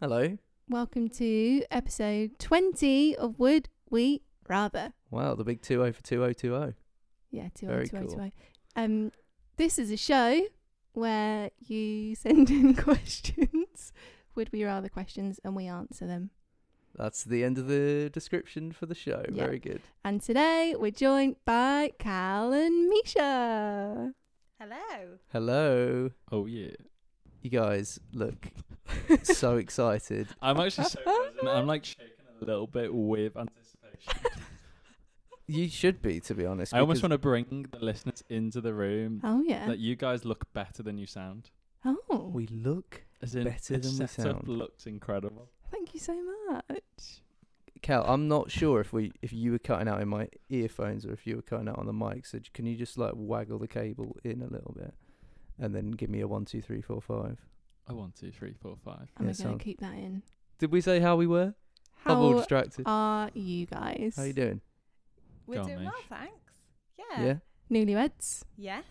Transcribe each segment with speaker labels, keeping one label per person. Speaker 1: Hello.
Speaker 2: Welcome to episode 20 of Would We Rather.
Speaker 1: Wow, the big 20 for 2020.
Speaker 2: Yeah, 2020.
Speaker 1: Very
Speaker 2: Um, this is a show where you send in questions, Would We Rather questions, and we answer them.
Speaker 1: That's the end of the description for the show.
Speaker 2: Yeah.
Speaker 1: Very good.
Speaker 2: And today we're joined by Cal and Misha.
Speaker 3: Hello.
Speaker 1: Hello.
Speaker 4: Oh yeah.
Speaker 1: You guys look so excited.
Speaker 4: I'm actually so buzzing. I'm like shaking a little bit with anticipation.
Speaker 1: You should be, to be honest.
Speaker 4: I almost
Speaker 1: because-
Speaker 4: want to bring the listeners into the room
Speaker 2: Oh, yeah.
Speaker 4: that you guys look better than you sound.
Speaker 2: oh,
Speaker 1: We look.
Speaker 4: As in,
Speaker 1: Better
Speaker 4: the
Speaker 1: than we
Speaker 4: setup
Speaker 1: sound.
Speaker 4: looks incredible.
Speaker 2: thank you so much.
Speaker 1: Cal, I'm not sure if we if you were cutting out in my earphones or if you were cutting out on the mic. So j- can you just like waggle the cable in a little bit, and then give me a one, two, three, four, five.
Speaker 4: Oh, one, two, three, four, five.
Speaker 2: Am
Speaker 1: Yeah,
Speaker 2: I going
Speaker 1: sound-
Speaker 2: to keep that in?
Speaker 1: Did we say how we were? I'm all
Speaker 2: How
Speaker 1: distracted.
Speaker 2: are you guys?
Speaker 1: How you doing?
Speaker 3: We're
Speaker 4: Go on,
Speaker 3: doing
Speaker 4: Mish.
Speaker 3: well, thanks. Yeah.
Speaker 1: yeah?
Speaker 2: Newlyweds?
Speaker 3: Yes.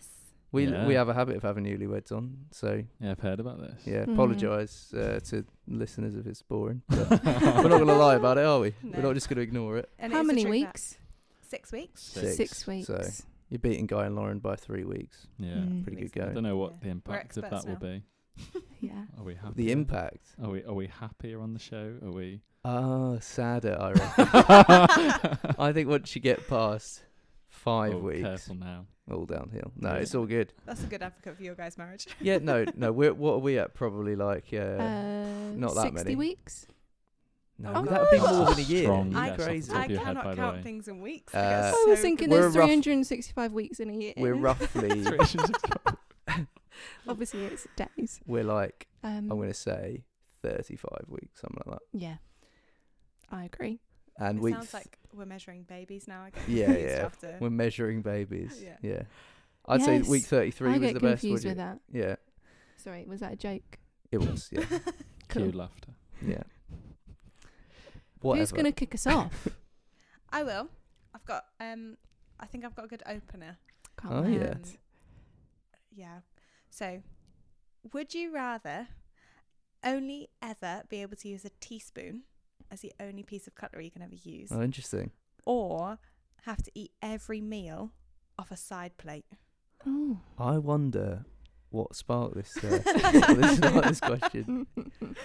Speaker 1: We we
Speaker 4: Yeah.
Speaker 1: have a habit of having newlyweds on, so
Speaker 4: Yeah, I've heard about this.
Speaker 1: yeah,
Speaker 2: Mm.
Speaker 1: apologise uh, to listeners if it's boring. But we're not going to lie about it, are we? We're
Speaker 3: No.
Speaker 1: not just going to ignore it.
Speaker 3: And
Speaker 2: How
Speaker 3: it's a
Speaker 2: many
Speaker 3: trick nap.
Speaker 2: weeks?
Speaker 3: Six weeks.
Speaker 1: Six.
Speaker 2: weeks.
Speaker 1: so- You're beating Guy and Lauren by three weeks.
Speaker 4: Yeah.
Speaker 2: Mm.
Speaker 1: Pretty good
Speaker 4: I
Speaker 1: going.
Speaker 4: don't know what
Speaker 3: Yeah.
Speaker 4: the impact of
Speaker 3: experts
Speaker 4: that will be.
Speaker 2: Yeah.
Speaker 4: Are we happy?
Speaker 1: The impact.
Speaker 4: Are we are we happier on the show? Are we?
Speaker 1: Ah, sadder, I reckon. I think once you get past five
Speaker 4: Oh,
Speaker 1: weeks,
Speaker 4: Careful now.
Speaker 1: all downhill. No,
Speaker 4: Yeah.
Speaker 1: it's all good.
Speaker 3: That's a good advocate for your guys' marriage.
Speaker 1: Yeah, no, no. We're what are we at? Probably like yeah.
Speaker 2: Uh,
Speaker 1: not that
Speaker 2: 60
Speaker 1: many.
Speaker 2: weeks?
Speaker 1: no,
Speaker 2: oh,
Speaker 1: that would be
Speaker 2: no.
Speaker 1: more than a year.
Speaker 4: Strong
Speaker 1: Are you
Speaker 4: yes, off the
Speaker 1: crazy?
Speaker 4: top
Speaker 3: I
Speaker 4: of your head,
Speaker 3: cannot
Speaker 4: by the
Speaker 3: count
Speaker 4: way.
Speaker 3: things in weeks.
Speaker 1: Uh,
Speaker 3: I
Speaker 2: I was thinking
Speaker 1: we're
Speaker 2: there's
Speaker 1: rough-
Speaker 2: 365 weeks in a year.
Speaker 1: We're roughly,
Speaker 2: Obviously, it's days.
Speaker 1: we're like,
Speaker 2: Um,
Speaker 1: I'm going to say 35 weeks, something like that.
Speaker 2: yeah, I agree.
Speaker 1: and
Speaker 3: it
Speaker 1: we
Speaker 3: sounds like we're measuring babies now. I get
Speaker 1: Yeah,
Speaker 3: confused
Speaker 1: yeah.
Speaker 3: After.
Speaker 1: we're measuring babies. Yeah.
Speaker 3: Yeah.
Speaker 1: I'd say
Speaker 2: Yes.
Speaker 1: week 33
Speaker 2: I
Speaker 1: was
Speaker 2: get
Speaker 1: the best.
Speaker 2: confused
Speaker 1: Would you?
Speaker 2: with that.
Speaker 1: Yeah,
Speaker 2: Sorry, was that a joke?
Speaker 1: it was. Yeah,
Speaker 2: Cool.
Speaker 4: Cue laughter.
Speaker 1: yeah. Whatever.
Speaker 2: Who's going to kick us off?
Speaker 3: I will. I've got. Um, I think I've got a good opener.
Speaker 2: Can't
Speaker 1: Oh,
Speaker 2: wait.
Speaker 1: yeah.
Speaker 3: Um, yeah. So, would you rather only ever be able to use a teaspoon as the only piece of cutlery you can ever use,
Speaker 1: Oh, interesting.
Speaker 3: or have to eat every meal off a side plate?
Speaker 2: Oh.
Speaker 1: I wonder what sparked this. Uh, well, this, not this question.
Speaker 3: Mm.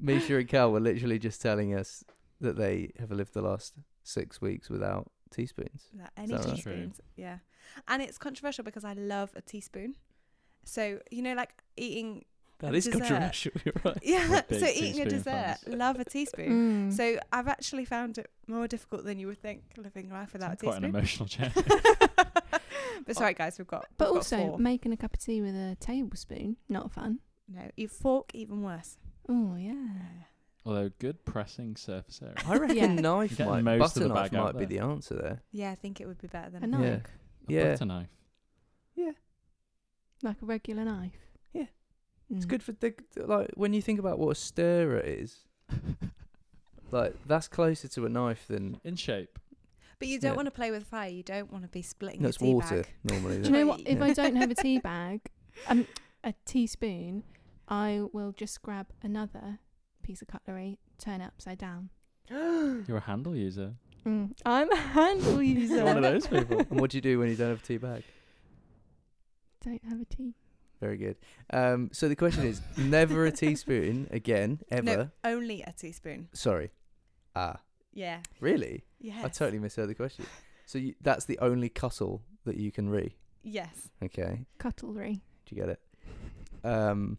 Speaker 1: Misha and Cal were literally just telling us that they have lived the last six weeks without teaspoons.
Speaker 3: Like, any
Speaker 1: that right?
Speaker 4: True.
Speaker 3: teaspoons, yeah. And it's controversial because I love a teaspoon. So you know, like eating,
Speaker 1: That
Speaker 3: And
Speaker 1: is
Speaker 3: dessert.
Speaker 1: controversial. You're right.
Speaker 3: yeah.
Speaker 4: big
Speaker 3: so eating a
Speaker 4: teaspoon
Speaker 3: dessert,
Speaker 4: fans.
Speaker 3: love a teaspoon.
Speaker 2: Mm.
Speaker 3: So I've actually found it more difficult than you would think living life without a
Speaker 4: It's quite an
Speaker 3: teaspoon.
Speaker 4: emotional chat.
Speaker 3: but sorry, guys, we've got.
Speaker 2: but
Speaker 3: we've got
Speaker 2: also
Speaker 3: four.
Speaker 2: making a cup of tea with a tablespoon, not fun.
Speaker 3: no, you fork even worse.
Speaker 2: Oh yeah.
Speaker 4: Although good pressing surface area.
Speaker 1: I reckon
Speaker 2: Yeah.
Speaker 1: knife
Speaker 4: Getting
Speaker 1: might,
Speaker 4: most of
Speaker 1: butter
Speaker 4: the
Speaker 1: knife
Speaker 4: bag out
Speaker 1: might be
Speaker 4: there.
Speaker 1: the answer there.
Speaker 3: Yeah, I think it would be better
Speaker 2: A
Speaker 3: than.
Speaker 2: knife,
Speaker 1: Yeah.
Speaker 4: A
Speaker 1: Yeah.
Speaker 4: butter knife.
Speaker 2: like a regular knife.
Speaker 1: Yeah. It's
Speaker 2: Mm.
Speaker 1: good for the like when you think about what a stirrer is. Like that's closer to a knife than
Speaker 4: In shape.
Speaker 3: But you don't
Speaker 1: Yeah.
Speaker 3: want to play with fire. You don't want to be splitting
Speaker 1: no,
Speaker 3: your
Speaker 1: it's
Speaker 3: tea
Speaker 1: water
Speaker 3: bag.
Speaker 1: normally.
Speaker 2: Do
Speaker 1: isn't
Speaker 2: you
Speaker 1: it?
Speaker 2: know what? If I
Speaker 3: Yeah.
Speaker 2: don't have a tea bag, um, a teaspoon, I will just grab another piece of cutlery, turn it upside down.
Speaker 4: You're a handle user.
Speaker 2: Mm. I'm a handle user.
Speaker 4: You're one of those people.
Speaker 1: and what do you do when you don't have a tea bag?
Speaker 2: Don't have a tea.
Speaker 1: Very good. Um, so the question is: never a teaspoon again, ever.
Speaker 3: No, only a teaspoon.
Speaker 1: Sorry. Ah,
Speaker 3: Yeah.
Speaker 1: really?
Speaker 3: Yes.
Speaker 1: I totally misheard the question. So you, that's the only cuttle that you can re.
Speaker 3: Yes.
Speaker 1: Okay,
Speaker 2: Cutlery.
Speaker 1: do you get it? Um,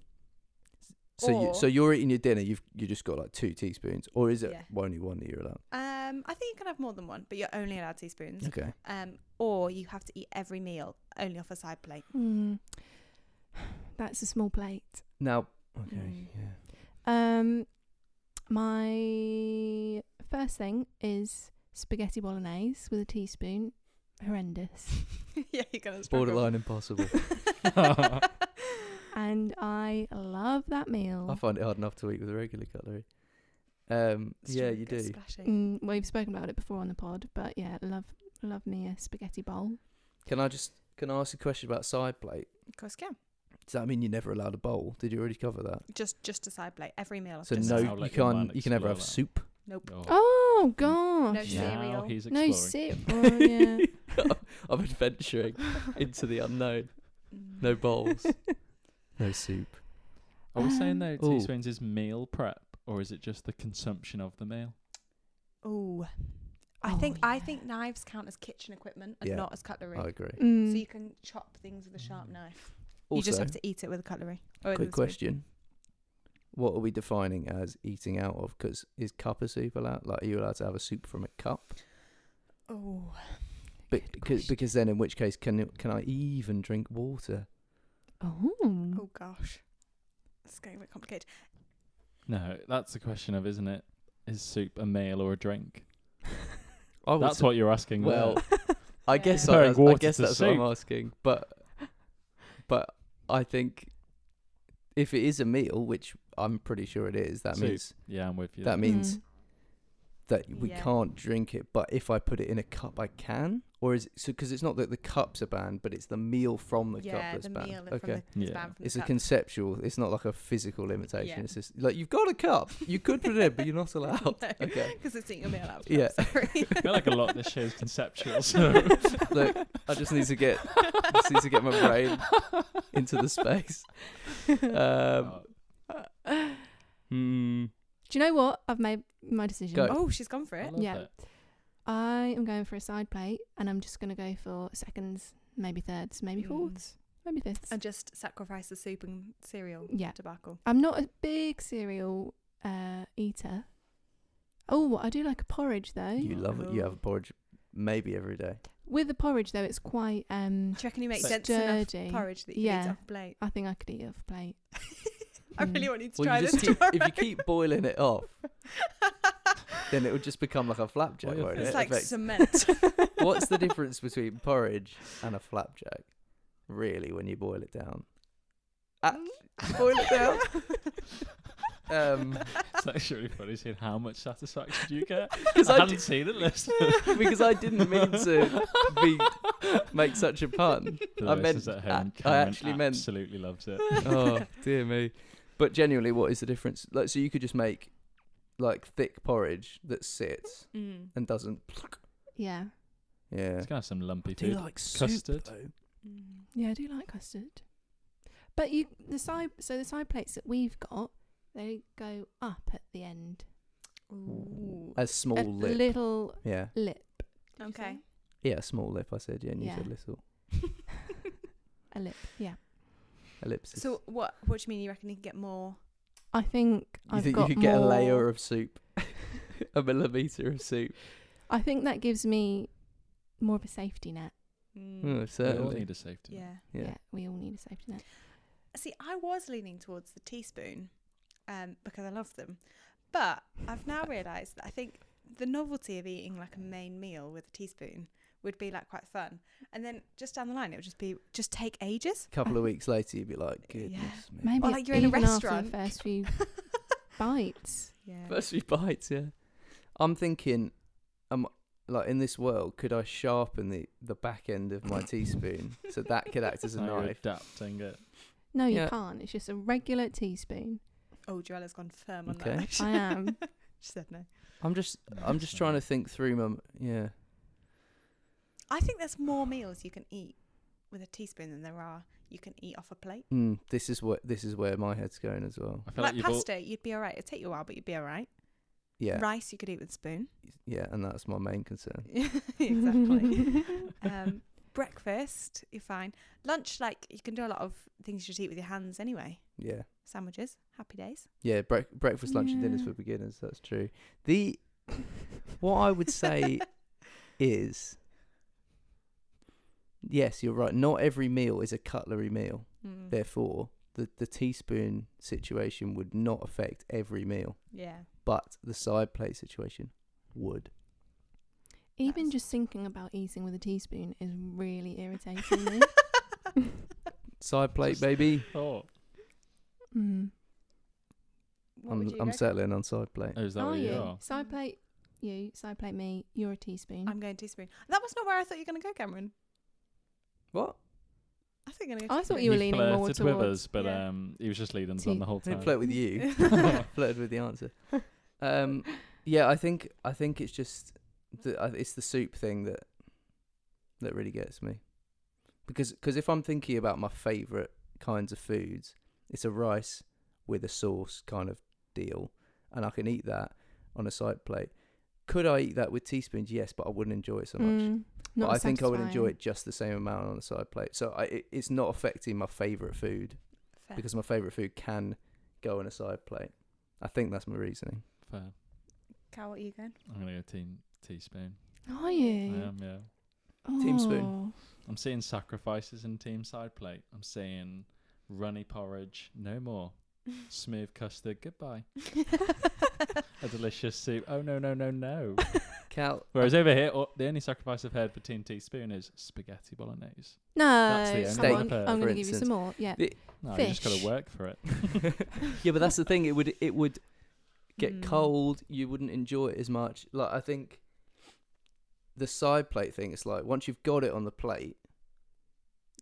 Speaker 1: so you, so
Speaker 3: Or-
Speaker 1: you're eating your dinner. You've you just got like two teaspoons, or is it
Speaker 3: Yeah.
Speaker 1: only one that you're allowed?
Speaker 3: Um, I think you can have more than one, but you're only allowed teaspoons.
Speaker 1: Okay.
Speaker 3: Um, or you have to eat every meal only off a side plate.
Speaker 2: Mm. That's a small plate.
Speaker 1: Now, okay,
Speaker 3: Mm.
Speaker 1: yeah.
Speaker 2: Um, my first thing is spaghetti bolognese with a teaspoon. Horrendous.
Speaker 3: yeah, you're gonna struggle.
Speaker 1: Borderline impossible.
Speaker 2: And I love that meal.
Speaker 1: I find it hard enough to eat with regular cutlery. Um, yeah,
Speaker 3: Strong
Speaker 1: you
Speaker 3: goes
Speaker 1: do.
Speaker 3: splashing.
Speaker 2: Mm, we've spoken about it before on the pod, but yeah, love love me a spaghetti bowl.
Speaker 1: Can I just can I ask a question about side plate?
Speaker 3: Of course, you can.
Speaker 1: Does that mean you're never allowed a bowl? Did you already cover that?
Speaker 3: Just just a side plate every meal. I've
Speaker 1: So
Speaker 3: just
Speaker 1: no,
Speaker 4: Now
Speaker 3: decided.
Speaker 1: you
Speaker 4: let your
Speaker 1: can't.
Speaker 4: man
Speaker 1: You can never have
Speaker 4: explore that.
Speaker 1: soup.
Speaker 3: Nope.
Speaker 2: Oh gosh.
Speaker 3: No
Speaker 4: Now
Speaker 3: cereal.
Speaker 4: he's
Speaker 2: No cereal.
Speaker 4: exploring.
Speaker 2: Well, Oh, yeah.
Speaker 1: I'm adventuring into the unknown.
Speaker 3: Mm.
Speaker 1: No bowls. no soup.
Speaker 4: Are we
Speaker 2: Um,
Speaker 4: saying though
Speaker 1: Ooh.
Speaker 4: teaspoons is meal prep or is it just the consumption of the meal?
Speaker 3: Ooh. I
Speaker 2: Oh,
Speaker 3: think I
Speaker 2: yeah.
Speaker 3: think knives count as kitchen equipment and
Speaker 1: Yeah. Oh.
Speaker 3: not as cutlery.
Speaker 1: I agree.
Speaker 2: Mm.
Speaker 3: So you can chop things with a sharp knife. you
Speaker 1: Also,
Speaker 3: just have to eat it with a cutlery. or with a
Speaker 1: quick
Speaker 3: spoon.
Speaker 1: question. What are we defining as eating out of? Because is cup a soup allowed? Like, are you allowed to have a soup from a cup?
Speaker 3: Oh,
Speaker 1: But
Speaker 2: Good
Speaker 1: because,
Speaker 2: question.
Speaker 1: because then, in which case, can it- can I even drink water?
Speaker 2: oh.
Speaker 3: oh gosh, it's getting a bit complicated.
Speaker 4: No, that's the question of isn't it? Is soup a meal or a drink?
Speaker 1: I would
Speaker 4: That's
Speaker 1: say-
Speaker 4: what you're asking.
Speaker 1: Well,
Speaker 4: there.
Speaker 1: I guess
Speaker 4: Comparing
Speaker 1: I, I
Speaker 4: water
Speaker 1: guess
Speaker 4: to
Speaker 1: that's what I'm
Speaker 4: soup.
Speaker 1: asking. But but I think if it is a meal, which I'm pretty sure it is, that
Speaker 4: Soup.
Speaker 1: means
Speaker 4: yeah, I'm with you.
Speaker 1: that means
Speaker 2: Mm.
Speaker 1: that we
Speaker 3: Yeah.
Speaker 1: can't drink it. But if I put it in a cup, I can. Or is it so? Because it's not that the cups are banned, but it's the meal from the cup
Speaker 3: yeah,
Speaker 1: that's
Speaker 3: the
Speaker 1: banned.
Speaker 3: meal
Speaker 1: okay.
Speaker 3: from the
Speaker 4: Yeah.
Speaker 3: span from
Speaker 1: it's
Speaker 3: the
Speaker 1: a
Speaker 3: cup.
Speaker 1: conceptual. It's not like a physical limitation.
Speaker 3: Yeah.
Speaker 1: It's just like you've got a cup. You could put it in, but you're not allowed.
Speaker 3: No,
Speaker 1: Okay.
Speaker 3: 'cause it's eating a meal out. Of
Speaker 1: Yeah.
Speaker 3: yeah, sorry.
Speaker 4: I feel like a lot of this show is conceptual. So
Speaker 1: Look, I just need to get just need to get my brain into the space.
Speaker 4: Uh,
Speaker 1: Um, hmm,
Speaker 2: Do Mm. you know what? I've made my decision.
Speaker 1: Go.
Speaker 3: oh, she's gone for
Speaker 4: I
Speaker 3: it.
Speaker 4: love
Speaker 2: Yeah.
Speaker 4: it.
Speaker 2: I am going for a side plate and I'm just going to go for seconds, maybe thirds, maybe
Speaker 3: Mm.
Speaker 2: fourths, maybe fifths.
Speaker 3: And just sacrifice the soup and cereal
Speaker 2: Yeah.
Speaker 3: debacle.
Speaker 2: I'm not a big cereal uh, eater. Oh, I do like a porridge though.
Speaker 1: you love it. You have a porridge maybe every day.
Speaker 2: With the porridge though, it's quite. um
Speaker 3: Do you reckon you make
Speaker 4: But-
Speaker 3: dense enough
Speaker 2: Sturdy.
Speaker 3: porridge that you can eat
Speaker 2: Yeah.
Speaker 3: off a plate?
Speaker 2: I think I could eat it off a plate.
Speaker 3: I
Speaker 2: Mm.
Speaker 3: really want you to
Speaker 1: Well,
Speaker 3: try
Speaker 1: you
Speaker 3: this
Speaker 1: just keep,
Speaker 3: tomorrow.
Speaker 1: if you keep boiling it off, then it would just become like a flapjack,
Speaker 4: Well,
Speaker 1: won't
Speaker 3: it's
Speaker 1: it?
Speaker 3: like
Speaker 1: Affects-
Speaker 3: cement.
Speaker 1: What's the difference between porridge and a flapjack? Really, when you boil it down, Ah, boil it down. Um,
Speaker 4: It's actually really funny seeing how much satisfaction you get.
Speaker 1: Because
Speaker 4: I
Speaker 1: I
Speaker 4: haven't seen it, listen.
Speaker 1: did, because I didn't mean to be, make such a pun.
Speaker 4: The
Speaker 1: I
Speaker 4: listeners
Speaker 1: meant-
Speaker 4: at home,
Speaker 1: I- I
Speaker 4: Cameron
Speaker 1: actually meant-
Speaker 4: absolutely loves it.
Speaker 1: Oh dear me! But genuinely, what is the difference? Like, so you could just make like thick porridge that sits
Speaker 3: Mm.
Speaker 1: and doesn't.
Speaker 2: Yeah.
Speaker 1: Yeah.
Speaker 4: It's gonna have some lumpy
Speaker 1: Do you
Speaker 4: food.
Speaker 1: like soup,
Speaker 4: Custard.
Speaker 1: though?
Speaker 3: Mm.
Speaker 2: Yeah, I do like custard. But you the side so the side plates that we've got, they go up at the end.
Speaker 3: Ooh.
Speaker 1: A small
Speaker 2: a
Speaker 1: lip.
Speaker 2: little
Speaker 1: yeah.
Speaker 2: lip. did you
Speaker 3: Okay.
Speaker 2: say?
Speaker 1: Yeah, a small lip. I said. Yeah, and you
Speaker 2: Yeah.
Speaker 1: said little
Speaker 2: A lip. Yeah.
Speaker 1: ellipsis.
Speaker 3: So what? What do you mean? You reckon you can get more?
Speaker 2: I think
Speaker 1: you
Speaker 2: I've
Speaker 1: think you
Speaker 2: got
Speaker 1: could get a layer
Speaker 2: more-
Speaker 1: of soup, a millimeter of soup?
Speaker 2: I think that gives me more of a safety net. Mm.
Speaker 1: Oh,
Speaker 4: We all
Speaker 1: certainly.
Speaker 4: need a safety. net.
Speaker 3: Yeah.
Speaker 1: Yeah.
Speaker 2: Yeah. we all need a safety net.
Speaker 3: See, I was leaning towards the teaspoon, um, because I love them, but I've now realised that I think the novelty of eating like a main meal with a teaspoon would be like quite fun, and then just down the line it would just be just take ages.
Speaker 1: A couple of weeks later, you'd be like,
Speaker 3: Yeah.
Speaker 1: goodness me.
Speaker 2: Maybe
Speaker 3: Or like you're in a
Speaker 2: even
Speaker 3: restaurant.
Speaker 2: after the first few bites.
Speaker 3: yeah.
Speaker 1: First few bites, yeah. I'm thinking, um, like in this world, could I sharpen the the back end of my teaspoon so that could act as a
Speaker 4: Now you're
Speaker 1: knife?
Speaker 4: adapting it.
Speaker 2: No, you
Speaker 1: Yeah.
Speaker 2: can't. It's just a regular teaspoon.
Speaker 3: Oh, Joella's gone firm on
Speaker 1: Okay.
Speaker 3: that. She
Speaker 2: I am.
Speaker 3: said no.
Speaker 1: I'm just, I'm just trying to think through my, yeah.
Speaker 3: I think there's more meals you can eat with a teaspoon than there are you can eat off a plate.
Speaker 1: Mm, this is what, this is where my head's going as well.
Speaker 4: I feel
Speaker 3: Like,
Speaker 4: you've all-
Speaker 3: pasta, you'd be all right. It'd take you a while, but you'd be all right.
Speaker 1: Yeah,
Speaker 3: Rice, you could eat with a spoon.
Speaker 1: yeah, and that's my main concern.
Speaker 3: exactly. um, breakfast, you're fine. Lunch, like you can do a lot of things you just eat with your hands anyway.
Speaker 1: Yeah,
Speaker 3: Sandwiches, happy days.
Speaker 1: yeah. Brec- breakfast, lunch, and dinners
Speaker 2: Yeah.
Speaker 1: for beginners. That's true. The what I would say is, yes, you're right. Not every meal is a cutlery meal.
Speaker 3: Mm,
Speaker 1: Therefore, the, the teaspoon situation would not affect every meal,
Speaker 3: yeah.
Speaker 1: but the side plate situation would.
Speaker 2: Even
Speaker 3: That's-
Speaker 2: just thinking about eating with a teaspoon is really irritating me.
Speaker 1: Side plate,
Speaker 4: Just-
Speaker 1: baby.
Speaker 4: Oh,
Speaker 2: Mm.
Speaker 3: What
Speaker 1: I'm,
Speaker 3: would you
Speaker 1: I'm
Speaker 3: reckon?
Speaker 1: settling on side plate.
Speaker 4: oh, is that
Speaker 2: Are
Speaker 4: what you,
Speaker 2: you?
Speaker 4: are?
Speaker 2: Side plate you, side plate me, you're a teaspoon.
Speaker 3: I'm going teaspoon. That was not where I thought you were going to go, Cameron.
Speaker 1: What?
Speaker 3: I think I'm gonna go
Speaker 2: I
Speaker 3: to
Speaker 2: thought
Speaker 3: the
Speaker 2: you were
Speaker 4: He
Speaker 2: leaning more
Speaker 4: flirted with
Speaker 2: towards-
Speaker 4: us, but
Speaker 3: Yeah.
Speaker 4: um, he was just leading us on
Speaker 2: To-
Speaker 4: the whole
Speaker 1: I
Speaker 4: time.
Speaker 1: didn't flirt with you.
Speaker 4: you.
Speaker 1: flirted with the answer. Um, yeah, I think I think it's just the I- it's the soup thing that that really gets me because cause if I'm thinking about my favourite kinds of foods, it's a rice with a sauce kind of deal, and I can eat that on a side plate. Could I eat that with teaspoons? Yes, but I wouldn't enjoy it so much.
Speaker 2: Mm,
Speaker 1: but
Speaker 2: not
Speaker 1: I think I would enjoy
Speaker 2: satisfying.
Speaker 1: it just the same amount on a side plate. So I, it, it's not affecting my favourite food
Speaker 3: fair.
Speaker 1: because my favourite food can go on a side plate. I think that's my reasoning.
Speaker 4: Fair.
Speaker 3: Cal, what are you going?
Speaker 4: I'm gonna go team teaspoon.
Speaker 2: Are
Speaker 4: I
Speaker 2: you?
Speaker 4: am, yeah.
Speaker 1: Team Spoon.
Speaker 2: Oh.
Speaker 4: I'm seeing sacrifices in team side plate. I'm seeing runny porridge, no more. Smooth custard, goodbye. A delicious soup. Oh no no no no.
Speaker 1: Cal,
Speaker 4: Whereas over here, oh, the only sacrifice I've heard for Team Teaspoon is spaghetti bolognese.
Speaker 2: No,
Speaker 4: the
Speaker 2: come
Speaker 1: only
Speaker 2: on.
Speaker 4: one,
Speaker 2: I'm
Speaker 1: for
Speaker 2: going to give you
Speaker 1: instance.
Speaker 2: some more. Yeah.
Speaker 4: No, you just got
Speaker 2: Fish.
Speaker 4: to work for it.
Speaker 1: yeah, but that's the thing. It would it would get
Speaker 3: Mm.
Speaker 1: cold. You wouldn't enjoy it as much. Like I think the side plate thing. It's like once you've got it on the plate,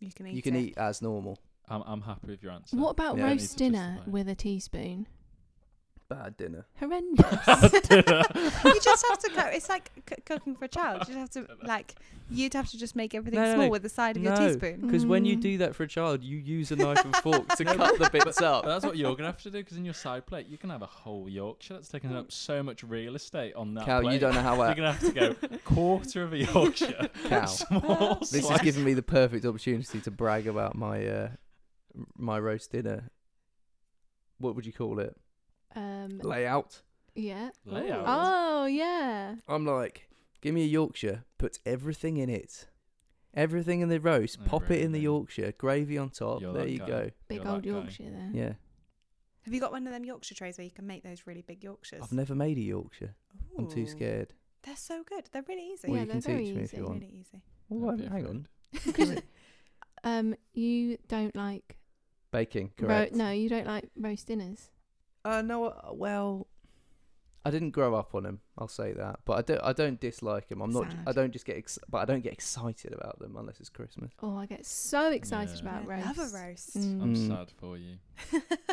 Speaker 3: You can eat.
Speaker 1: you can
Speaker 3: it.
Speaker 1: eat as normal.
Speaker 4: I'm I'm happy with your answer.
Speaker 2: What about
Speaker 1: Yeah.
Speaker 2: roast
Speaker 4: Don't need to
Speaker 2: dinner
Speaker 4: justify it.
Speaker 2: with a teaspoon?
Speaker 1: Bad dinner.
Speaker 2: Horrendous.
Speaker 3: you just have to go. It's like c- cooking for a child. You just have to like. You'd have to just make everything
Speaker 1: No, no,
Speaker 3: small
Speaker 1: no.
Speaker 3: with the side of
Speaker 1: No.
Speaker 3: your teaspoon.
Speaker 1: Because when you
Speaker 2: Mm.
Speaker 1: do that for a child, you use a knife and fork to cut the bits
Speaker 4: But
Speaker 1: up.
Speaker 4: that's what you're gonna have to do because in your side plate you can have a whole Yorkshire. That's taking up so much real estate on that.
Speaker 1: Cal, you
Speaker 4: plate.
Speaker 1: don't know how.
Speaker 4: You're
Speaker 1: I,
Speaker 4: gonna have to go quarter of a Yorkshire.
Speaker 1: Cal,
Speaker 4: small
Speaker 1: this is
Speaker 4: slice.
Speaker 1: giving me the perfect opportunity to brag about my uh, my roast dinner. What would you call it?
Speaker 2: um,
Speaker 1: Layout.
Speaker 2: yeah.
Speaker 4: Layout.
Speaker 2: Oh, yeah.
Speaker 1: I'm like, give me a Yorkshire, put everything in it. Everything in the roast, pop it in the
Speaker 4: Everything.
Speaker 1: Yorkshire, gravy on top.
Speaker 4: You're
Speaker 1: there
Speaker 4: that
Speaker 1: you
Speaker 4: guy.
Speaker 1: go.
Speaker 2: Big
Speaker 4: You're that
Speaker 2: old
Speaker 4: guy.
Speaker 2: Yorkshire there.
Speaker 1: Yeah.
Speaker 3: Have you got one of them Yorkshire trays where you can make those really big Yorkshires?
Speaker 1: I've never made a Yorkshire. I'm
Speaker 3: Ooh.
Speaker 1: too scared.
Speaker 3: They're so good. They're really easy.
Speaker 1: Well,
Speaker 2: Yeah,
Speaker 1: you can
Speaker 2: they're very
Speaker 1: teach me if
Speaker 2: easy.
Speaker 1: you want.
Speaker 3: really easy.
Speaker 1: Well,
Speaker 4: Don't
Speaker 1: I'm-
Speaker 4: be
Speaker 1: hang
Speaker 4: afraid.
Speaker 1: on.
Speaker 2: Because um, you don't like
Speaker 1: Baking,
Speaker 2: ro-
Speaker 1: correct.
Speaker 2: no, you don't like roast dinners.
Speaker 1: Uh, no, uh, well, I didn't grow up on them. I'll say that, but I don't. I don't dislike them. I'm not.
Speaker 2: Sad.
Speaker 1: I don't just get. Ex- but I don't get excited about them unless it's Christmas.
Speaker 2: Oh, I get so excited
Speaker 4: Yeah.
Speaker 2: about
Speaker 3: I
Speaker 2: roast.
Speaker 3: love a roast.
Speaker 2: Mm.
Speaker 4: I'm
Speaker 1: Mm.
Speaker 4: sad for you.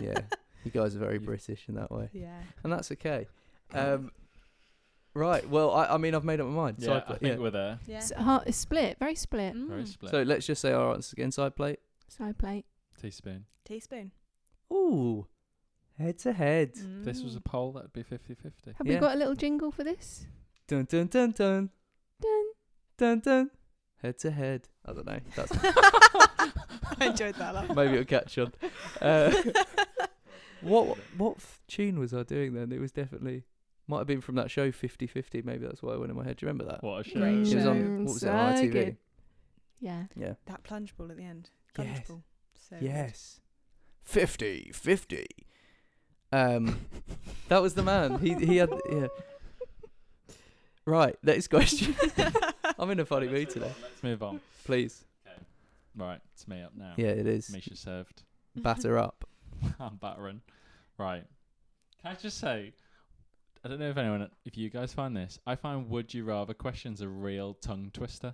Speaker 1: Yeah, you guys are very
Speaker 4: You've-
Speaker 1: British in that way,
Speaker 3: Yeah.
Speaker 1: and that's okay. Um, right. Well, I, I mean, I've made up my mind. so
Speaker 4: Yeah, I
Speaker 1: put-
Speaker 4: think we're there.
Speaker 3: Yeah.
Speaker 2: It's hard- it's split, very split.
Speaker 4: Very
Speaker 3: Mm.
Speaker 4: split.
Speaker 1: So let's just say our answers again. Side plate.
Speaker 2: Side plate.
Speaker 4: Teaspoon.
Speaker 3: Teaspoon.
Speaker 1: Ooh, head to head.
Speaker 4: If this was a
Speaker 3: Mm.
Speaker 4: poll, that'd be 50 50.
Speaker 2: Have
Speaker 1: Yeah.
Speaker 2: we got a little jingle for this?
Speaker 1: Dun dun dun dun
Speaker 2: Dun.
Speaker 1: dun dun. Head to head. I don't know. That's
Speaker 3: I enjoyed that. laugh.
Speaker 1: maybe it'll catch on. Uh, what what f- tune was I doing then? It was definitely might have been from that show 50-50. Maybe that's why I went in my head. Do you remember that?
Speaker 4: What a show.
Speaker 3: Great
Speaker 1: It was on
Speaker 2: show.
Speaker 1: what was it on
Speaker 2: So
Speaker 1: ITV?
Speaker 2: good. Yeah.
Speaker 1: Yeah.
Speaker 3: That plunge ball at the end. Plunge
Speaker 1: Yes.
Speaker 3: ball. So good.
Speaker 1: Yes. 50 50. Um that was the man. He he had yeah. Right, next question. I'm in a funny mood today.
Speaker 4: Let's move on.
Speaker 1: Please.
Speaker 4: Right, it's me up now.
Speaker 1: Yeah, it is.
Speaker 4: Misha served.
Speaker 1: Batter up.
Speaker 4: I'm battering. Right. Can I just say, I don't know if anyone, if you guys find this, I find would you rather questions a real tongue twister.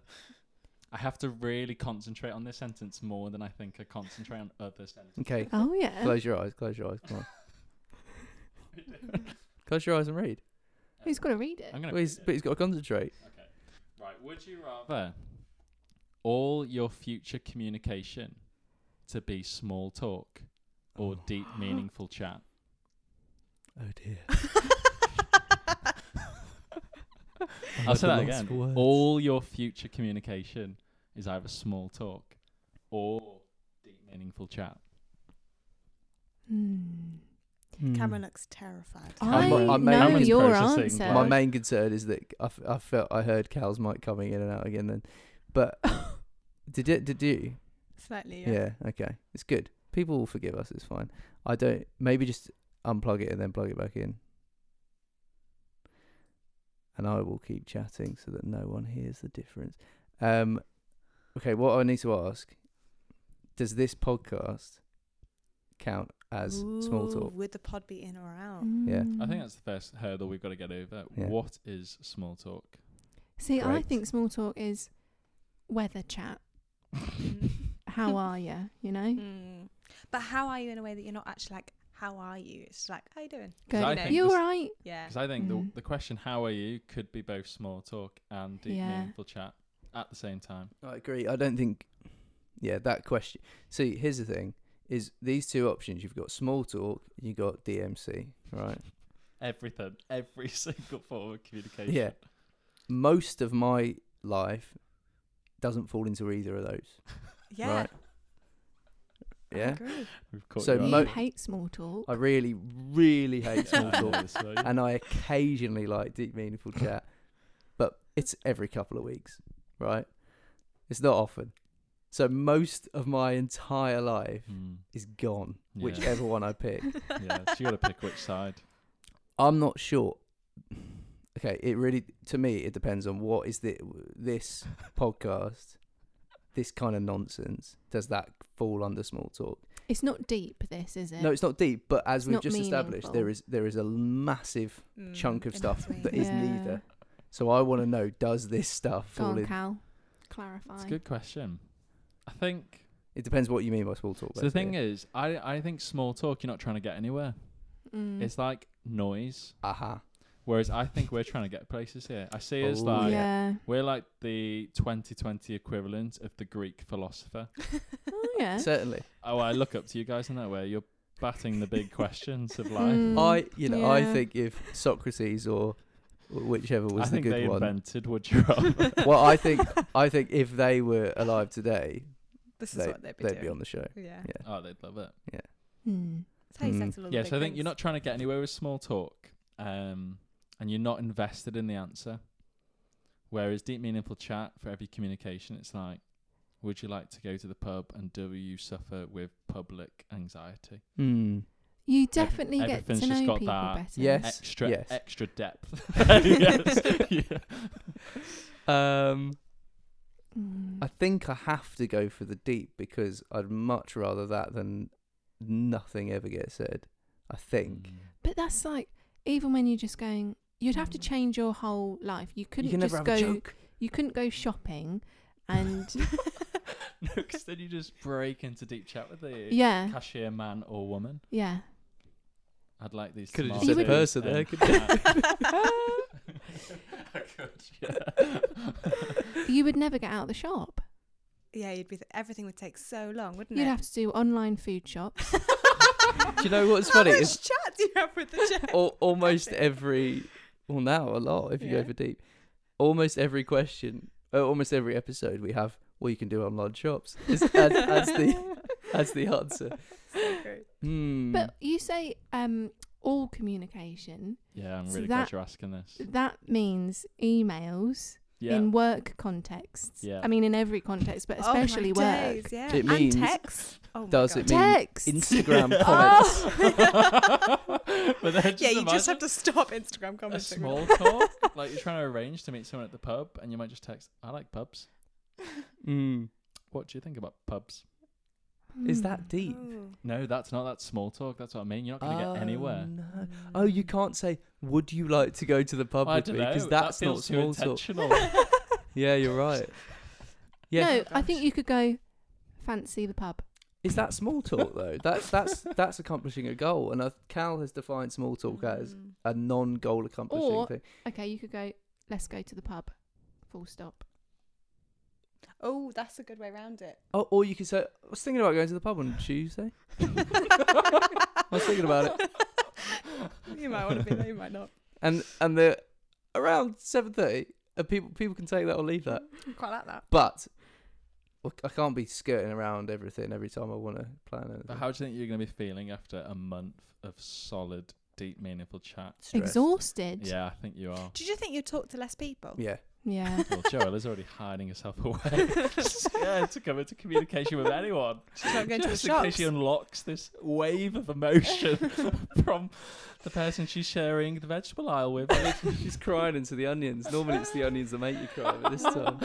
Speaker 4: I have to really concentrate on this sentence more than I think I concentrate on other sentences.
Speaker 1: Okay.
Speaker 2: Oh yeah.
Speaker 1: Close your eyes, close your eyes. Come on. Close your eyes and read.
Speaker 2: Who's got to read it?
Speaker 4: I'm
Speaker 1: Well,
Speaker 4: gonna.
Speaker 1: he's,
Speaker 4: read it.
Speaker 1: but he's got to concentrate.
Speaker 4: Right, would you rather all your future communication to be small talk or deep, meaningful chat?
Speaker 1: Oh dear.
Speaker 4: I'll say that
Speaker 1: Lots
Speaker 4: again.
Speaker 1: of words.
Speaker 4: All your future communication is either small talk or deep, meaningful chat.
Speaker 2: Hmm.
Speaker 3: Cameron looks terrified.
Speaker 2: I
Speaker 1: I- I'm- I'm
Speaker 2: know
Speaker 1: making
Speaker 2: your
Speaker 4: processing
Speaker 2: answer.
Speaker 4: plans.
Speaker 1: My main concern is that I, f- I felt I heard Cal's mic coming in and out again then, but did it? Did you?
Speaker 3: Slightly.
Speaker 1: Yeah.
Speaker 3: Yeah.
Speaker 1: Okay. It's good. People will forgive us. It's fine. I don't. Maybe just unplug it and then plug it back in. And I will keep chatting so that no one hears the difference. Um, okay. What I need to ask: Does this podcast count as small
Speaker 3: Ooh,
Speaker 1: talk?
Speaker 3: Would the pod be in or out?
Speaker 1: Yeah.
Speaker 4: I
Speaker 2: Mm.
Speaker 4: think that's the first hurdle we've got to get over.
Speaker 1: Yeah.
Speaker 4: What is small talk?
Speaker 2: See, I
Speaker 1: Correct.
Speaker 2: think small talk is weather chat. how are you? You know,
Speaker 3: Mm. But how are you in a way that you're not actually like, how are you? It's just like, how you doing?
Speaker 2: go,
Speaker 3: I think
Speaker 2: you
Speaker 4: this-
Speaker 2: all right?
Speaker 3: Yeah.
Speaker 4: Because I think
Speaker 2: Mm.
Speaker 4: the, the question "How are you?" could be both small talk and deep,
Speaker 2: Yeah.
Speaker 4: meaningful chat at the same time.
Speaker 1: I agree. I don't think. Yeah, that question. See, here's the thing: is these two options? You've got small talk, you got DMC, right?
Speaker 4: Everything, every single form of communication.
Speaker 1: Yeah. Most of my life doesn't fall into either of those.
Speaker 3: Yeah.
Speaker 1: Right.
Speaker 3: I
Speaker 1: Yeah.
Speaker 3: agree.
Speaker 4: We've caught
Speaker 1: So
Speaker 4: you out.
Speaker 2: you
Speaker 1: mo-
Speaker 2: hate small talk.
Speaker 1: I really, really hate small
Speaker 4: Yeah,
Speaker 1: talk,
Speaker 4: this way.
Speaker 1: and
Speaker 3: Mm,
Speaker 1: I occasionally like deep, meaningful chat, but it's every couple of weeks, right? It's not often. So most of my entire life
Speaker 4: Mm,
Speaker 1: is gone,
Speaker 4: Yeah.
Speaker 1: whichever one I pick.
Speaker 4: yeah, so you got to pick which side.
Speaker 1: I'm not sure. Okay, it really to me it depends on what is the this podcast, this kind of nonsense. Does that fall under small talk?
Speaker 2: It's not deep. This is it?
Speaker 1: No, it's not deep, but as
Speaker 2: It's
Speaker 1: we've
Speaker 2: not
Speaker 1: just established, there
Speaker 2: meaningful.
Speaker 1: is there is a massive
Speaker 3: Mm,
Speaker 1: chunk of
Speaker 3: in
Speaker 1: stuff
Speaker 3: between.
Speaker 1: that is neither. So I want to know: does this stuff
Speaker 2: Go
Speaker 1: fall
Speaker 2: on,
Speaker 1: in?
Speaker 2: Cal. Clarify.
Speaker 4: It's a good question. I think.
Speaker 1: It depends what you mean by small talk.
Speaker 4: So the thing is, I I think small talk. You're not trying to get anywhere.
Speaker 2: Mm.
Speaker 4: It's like noise.
Speaker 1: aha,
Speaker 4: Whereas I think we're trying to get places here. I see us
Speaker 1: Oh,
Speaker 4: like
Speaker 2: yeah.
Speaker 4: we're like the 2020 equivalent of the Greek philosopher.
Speaker 2: Oh, yeah.
Speaker 1: certainly.
Speaker 4: Oh, I look up to you guys in that way. You're batting the big questions of life.
Speaker 2: Mm,
Speaker 1: I you know I
Speaker 2: yeah.
Speaker 1: think if Socrates or whichever was
Speaker 4: I
Speaker 1: the
Speaker 4: think
Speaker 1: good
Speaker 4: they
Speaker 1: one,
Speaker 4: invented would you rather.
Speaker 1: well, I think I think if they were alive today,
Speaker 3: This is
Speaker 1: they,
Speaker 3: what
Speaker 1: they'd,
Speaker 3: they'd
Speaker 1: be
Speaker 3: be
Speaker 1: on
Speaker 3: doing.
Speaker 1: the show.
Speaker 3: Yeah.
Speaker 1: Yeah.
Speaker 4: oh, they'd love it.
Speaker 2: Mm.
Speaker 3: That's how you
Speaker 1: Mm.
Speaker 3: settle all the
Speaker 4: yeah,
Speaker 3: big
Speaker 4: so I think you're
Speaker 3: things.
Speaker 4: not trying to get anywhere with small talk, um, and you're not invested in the answer. Whereas deep, meaningful chat for every communication, it's like, would you like to go to the pub, and do you suffer with public anxiety? Hmm.
Speaker 1: Mm.
Speaker 2: You definitely get
Speaker 4: everything's
Speaker 2: to
Speaker 4: just
Speaker 2: know
Speaker 4: got
Speaker 2: people
Speaker 4: that
Speaker 2: better.
Speaker 1: Yes.
Speaker 4: Extra,
Speaker 1: yes.
Speaker 4: extra depth. yes. yeah.
Speaker 1: Um,
Speaker 2: Mm.
Speaker 1: I think I have to go for the deep because I'd much rather that than nothing ever gets said. I think
Speaker 2: But that's like even when you're just going, you'd have
Speaker 4: Mm.
Speaker 2: to change your whole life. You couldn't
Speaker 1: you can
Speaker 2: just
Speaker 1: never have
Speaker 2: go.
Speaker 1: a joke.
Speaker 2: You couldn't go shopping, and
Speaker 4: no, because then you just break into deep chat with the
Speaker 2: yeah,
Speaker 4: cashier man or woman.
Speaker 2: yeah.
Speaker 4: I'd like these.
Speaker 1: Coulda
Speaker 2: just said
Speaker 4: tomatoes
Speaker 1: person there,
Speaker 4: and
Speaker 1: couldn't
Speaker 4: I could, yeah.
Speaker 2: You would never get out of the shop.
Speaker 3: Yeah, you'd be. Th- everything would take so long, wouldn't
Speaker 2: You'd
Speaker 3: it?
Speaker 2: have to do online food shops.
Speaker 1: Do you know what's funny?
Speaker 3: How
Speaker 1: If-
Speaker 3: much chat do you have with the chat?
Speaker 1: Al- almost every, well now a lot if you
Speaker 3: Yeah.
Speaker 1: go for deep. Almost every question, uh, almost every episode we have. Well, you can do online shops. Is, as, as the as the answer.
Speaker 3: So great.
Speaker 1: Hmm.
Speaker 2: But you say um, all communication.
Speaker 4: yeah, I'm
Speaker 2: So
Speaker 4: really
Speaker 2: that-
Speaker 4: glad you're asking this.
Speaker 2: That means emails
Speaker 4: Yeah,
Speaker 2: in work contexts.
Speaker 4: Yeah.
Speaker 2: I mean, in every context, but
Speaker 3: Oh my
Speaker 2: especially work.
Speaker 3: days, yeah.
Speaker 1: It means-
Speaker 3: and text. Oh my
Speaker 1: does it
Speaker 3: God.
Speaker 1: mean
Speaker 2: Text.
Speaker 1: Instagram comments.
Speaker 3: Oh.
Speaker 4: But then just
Speaker 3: yeah, you just
Speaker 4: imagine
Speaker 3: have to stop Instagram
Speaker 4: a
Speaker 3: commenting.
Speaker 4: small
Speaker 3: Oh.
Speaker 4: talk. like you're trying to arrange to meet someone at the pub, and you might just text, "I like pubs.
Speaker 1: Hmm.
Speaker 4: What do you think about pubs?"
Speaker 1: Is
Speaker 2: Mm.
Speaker 1: that deep?
Speaker 3: Oh.
Speaker 4: No, that's not that small talk. That's what I mean. You're not going to
Speaker 1: Oh,
Speaker 4: get anywhere.
Speaker 1: no. Oh, you can't say, "Would you like to go to the pub
Speaker 4: I
Speaker 1: with
Speaker 4: don't
Speaker 1: me?"
Speaker 4: know.
Speaker 1: Because
Speaker 4: that
Speaker 1: that's not
Speaker 4: feels too
Speaker 1: small talk.
Speaker 4: intentional.
Speaker 1: Yeah, you're right. Yeah,
Speaker 2: No,
Speaker 3: Oh,
Speaker 2: I think
Speaker 3: gosh.
Speaker 2: you could go fancy the pub.
Speaker 1: is that small talk though? That's that's that's accomplishing a goal, and I, Cal has defined small talk as
Speaker 3: Mm.
Speaker 1: a non-goal accomplishing
Speaker 2: Or-
Speaker 1: thing.
Speaker 2: Okay, you could go, let's go to the pub. Full stop.
Speaker 3: Oh, that's a good way around it.
Speaker 1: Oh, or you could say, "I was thinking about going to the pub on Tuesday."
Speaker 3: I
Speaker 1: was thinking about
Speaker 3: it. You might want to be there, you might not.
Speaker 1: And and the around seven thirty, uh, people people can take that or leave that.
Speaker 3: Quite like that.
Speaker 1: But well, I can't be skirting around everything every time I want to plan anything.
Speaker 4: But how do you think you're going to be feeling after a month of solid, deep, meaningful chat?
Speaker 1: Stressed.
Speaker 2: Exhausted.
Speaker 4: Yeah, I think you are.
Speaker 3: Did you think you'd talk to less people?
Speaker 1: Yeah.
Speaker 2: Yeah.
Speaker 4: Well, Joel is already hiding herself away. yeah, to come into communication with anyone.
Speaker 3: She's not going to the
Speaker 4: Just in case
Speaker 3: shops.
Speaker 4: she unlocks this wave of emotion from the person she's sharing the vegetable aisle with.
Speaker 1: She's crying into the onions. Normally it's the onions that make you cry, but this time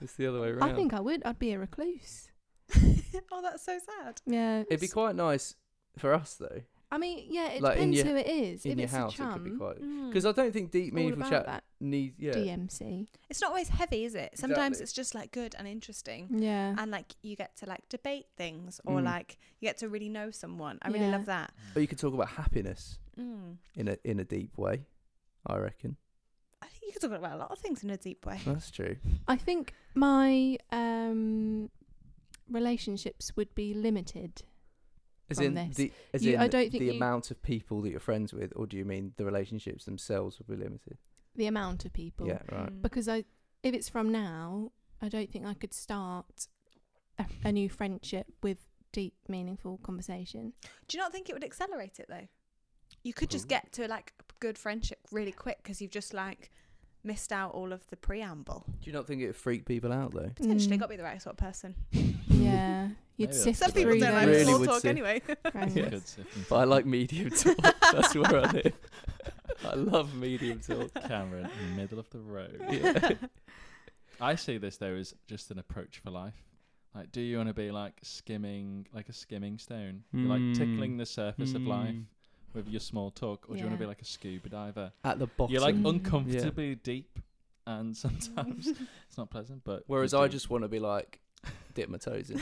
Speaker 1: it's the other way around.
Speaker 2: I think I would. I'd be a recluse.
Speaker 3: oh, that's so sad.
Speaker 2: Yeah.
Speaker 1: It'd be quite nice for us though.
Speaker 2: I mean, yeah, it
Speaker 1: Like, in
Speaker 2: depends
Speaker 1: your-
Speaker 2: who it is.
Speaker 1: in
Speaker 2: if
Speaker 1: your
Speaker 2: it's
Speaker 1: house,
Speaker 2: a
Speaker 1: it could
Speaker 2: chum,
Speaker 1: be quite. Because I don't think deep,
Speaker 2: all
Speaker 1: meaningful
Speaker 2: about
Speaker 1: chat
Speaker 2: that
Speaker 1: needs. Yeah,
Speaker 2: DMC.
Speaker 3: It's not always heavy, is it? Sometimes
Speaker 1: Exactly.
Speaker 3: it's just like good and interesting.
Speaker 2: Yeah.
Speaker 3: And like you get to like debate things or
Speaker 1: Mm.
Speaker 3: like you get to really know someone. I really
Speaker 2: Yeah.
Speaker 3: love that.
Speaker 1: or you could talk about happiness
Speaker 3: Mm.
Speaker 1: in a in a deep way. I reckon
Speaker 3: I think you could talk about a lot of things in a deep way.
Speaker 1: that's true.
Speaker 2: I think my um, relationships would be limited.
Speaker 1: As
Speaker 2: From
Speaker 1: in
Speaker 2: this.
Speaker 1: the as
Speaker 2: You-
Speaker 1: in
Speaker 2: I don't think
Speaker 1: the
Speaker 2: you-
Speaker 1: amount of people that you're friends with, or do you mean the relationships themselves would be limited?
Speaker 2: The amount of people.
Speaker 1: Yeah, right.
Speaker 3: Mm.
Speaker 2: Because I, if it's from now, I don't think I could start a, a new friendship with deep, meaningful conversation.
Speaker 3: Do you not think it would accelerate it though? You could just
Speaker 1: Ooh.
Speaker 3: get to like a good friendship really quick because you've just like missed out all of the preamble.
Speaker 1: Do you not think it would freak people out though?
Speaker 3: Potentially
Speaker 2: Mm.
Speaker 3: got to be the right sort of person.
Speaker 2: Yeah, you'd
Speaker 4: Maybe
Speaker 2: sift
Speaker 4: that's
Speaker 3: Some
Speaker 4: the
Speaker 3: people
Speaker 2: through
Speaker 3: don't
Speaker 1: Really
Speaker 3: like
Speaker 1: would
Speaker 3: small
Speaker 2: those.
Speaker 1: sift
Speaker 3: talk
Speaker 1: through.
Speaker 3: anyway.
Speaker 2: friends.
Speaker 1: Yeah.
Speaker 4: Good sifting.
Speaker 1: But I like medium talk. That's where I live. I love medium talk.
Speaker 4: Cameron, middle of the road.
Speaker 1: Yeah.
Speaker 4: I see this though as just an approach for life. Like, do you want to be like skimming, like a skimming stone? You're like tickling
Speaker 1: Mm.
Speaker 4: the surface of life
Speaker 1: Mm.
Speaker 4: with your small talk, or do you want to be
Speaker 2: Yeah.
Speaker 4: like a scuba diver?
Speaker 1: At the bottom.
Speaker 4: You're like
Speaker 2: Mm.
Speaker 4: uncomfortably deep, and sometimes it's not pleasant. But you
Speaker 1: Whereas I
Speaker 4: do-
Speaker 1: just want to be like, dip my toes in.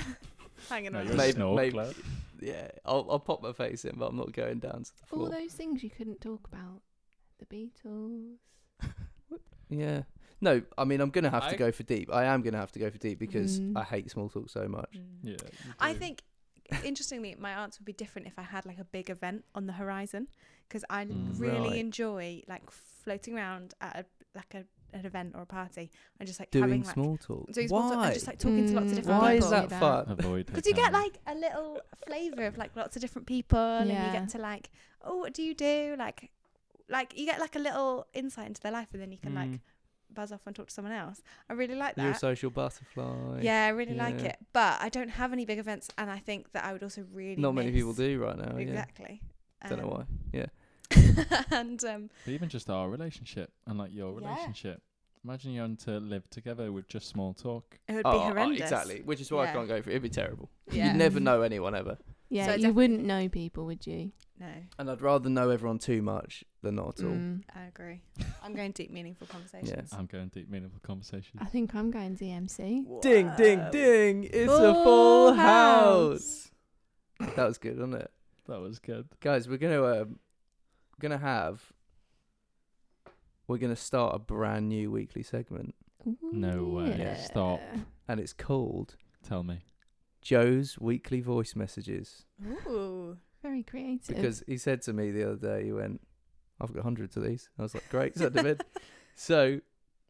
Speaker 3: Hanging
Speaker 4: no,
Speaker 3: around.
Speaker 4: you're
Speaker 1: Maybe-
Speaker 4: a snorkeler.
Speaker 1: Yeah, I'll, I'll pop my face in, but I'm not going down to the
Speaker 2: All
Speaker 1: floor.
Speaker 2: those things you couldn't talk about. The Beatles.
Speaker 1: yeah. No, I mean, I'm going to have
Speaker 4: I-
Speaker 1: to go for deep. I am going to have to go for deep because
Speaker 2: Mm.
Speaker 1: I hate small talk so much.
Speaker 3: Mm.
Speaker 4: Yeah,
Speaker 3: I think, interestingly, my answer would be different if I had like a big event on the horizon because I l-
Speaker 4: Mm.
Speaker 3: really
Speaker 1: Right.
Speaker 3: enjoy like floating around at a, like a, an event or a party and just like
Speaker 1: Doing
Speaker 3: having like
Speaker 1: small talk.
Speaker 3: doing small
Speaker 1: Why?
Speaker 3: talk and just like talking to lots of
Speaker 2: Mm.
Speaker 3: different
Speaker 1: Why
Speaker 3: people.
Speaker 1: is that
Speaker 2: Yeah.
Speaker 1: fun?
Speaker 4: avoid
Speaker 3: Because you get
Speaker 4: hotels.
Speaker 3: like a little flavour of like lots of different people, and you
Speaker 2: Yeah.
Speaker 3: get to like, oh, what do you do? Like, like you get like a little insight into their life, and then you can like
Speaker 1: Mm.
Speaker 3: buzz off and talk to someone else. I really like
Speaker 1: You're a
Speaker 3: that.
Speaker 1: social butterfly.
Speaker 3: Yeah, I really like
Speaker 1: Yeah.
Speaker 3: it, but I don't have any big events, and I think that I would also really
Speaker 1: Not many people
Speaker 3: miss-
Speaker 1: do right now.
Speaker 3: exactly.
Speaker 1: Yeah.
Speaker 3: um,
Speaker 1: Don't know why. Yeah.
Speaker 3: why. and um,
Speaker 4: But even just our relationship and like your
Speaker 3: Yeah.
Speaker 4: relationship. Imagine you had to live together with just small talk.
Speaker 3: it would
Speaker 1: Oh,
Speaker 3: be
Speaker 1: oh,
Speaker 3: horrendous.
Speaker 1: exactly. Which is why I
Speaker 3: Yeah.
Speaker 1: can't go for it. It'd be terrible.
Speaker 3: Yeah.
Speaker 1: You'd never know anyone ever.
Speaker 2: Yeah,
Speaker 3: So
Speaker 2: you
Speaker 3: definitely-
Speaker 2: wouldn't know people, would you?
Speaker 3: No,
Speaker 1: And I'd rather know everyone too much than not at all.
Speaker 2: Mm.
Speaker 3: I agree. I'm going deep, meaningful conversations.
Speaker 4: I'm going deep, meaningful conversation.
Speaker 2: I think I'm going DMC.
Speaker 1: Ding, ding,
Speaker 3: Whoa.
Speaker 1: ding. It's a
Speaker 2: Full
Speaker 1: full house. That was good, wasn't it?
Speaker 4: That was good.
Speaker 1: Guys, we're going to um, gonna have we're going to start a brand new weekly segment
Speaker 4: No way.
Speaker 2: Yeah.
Speaker 4: Stop.
Speaker 1: and it's called
Speaker 4: Tell me.
Speaker 1: Joe's weekly voice messages
Speaker 3: Ooh.
Speaker 2: Very creative.
Speaker 1: because he said to me the other day he went I've got hundreds of these. I was like, great, send them in. So,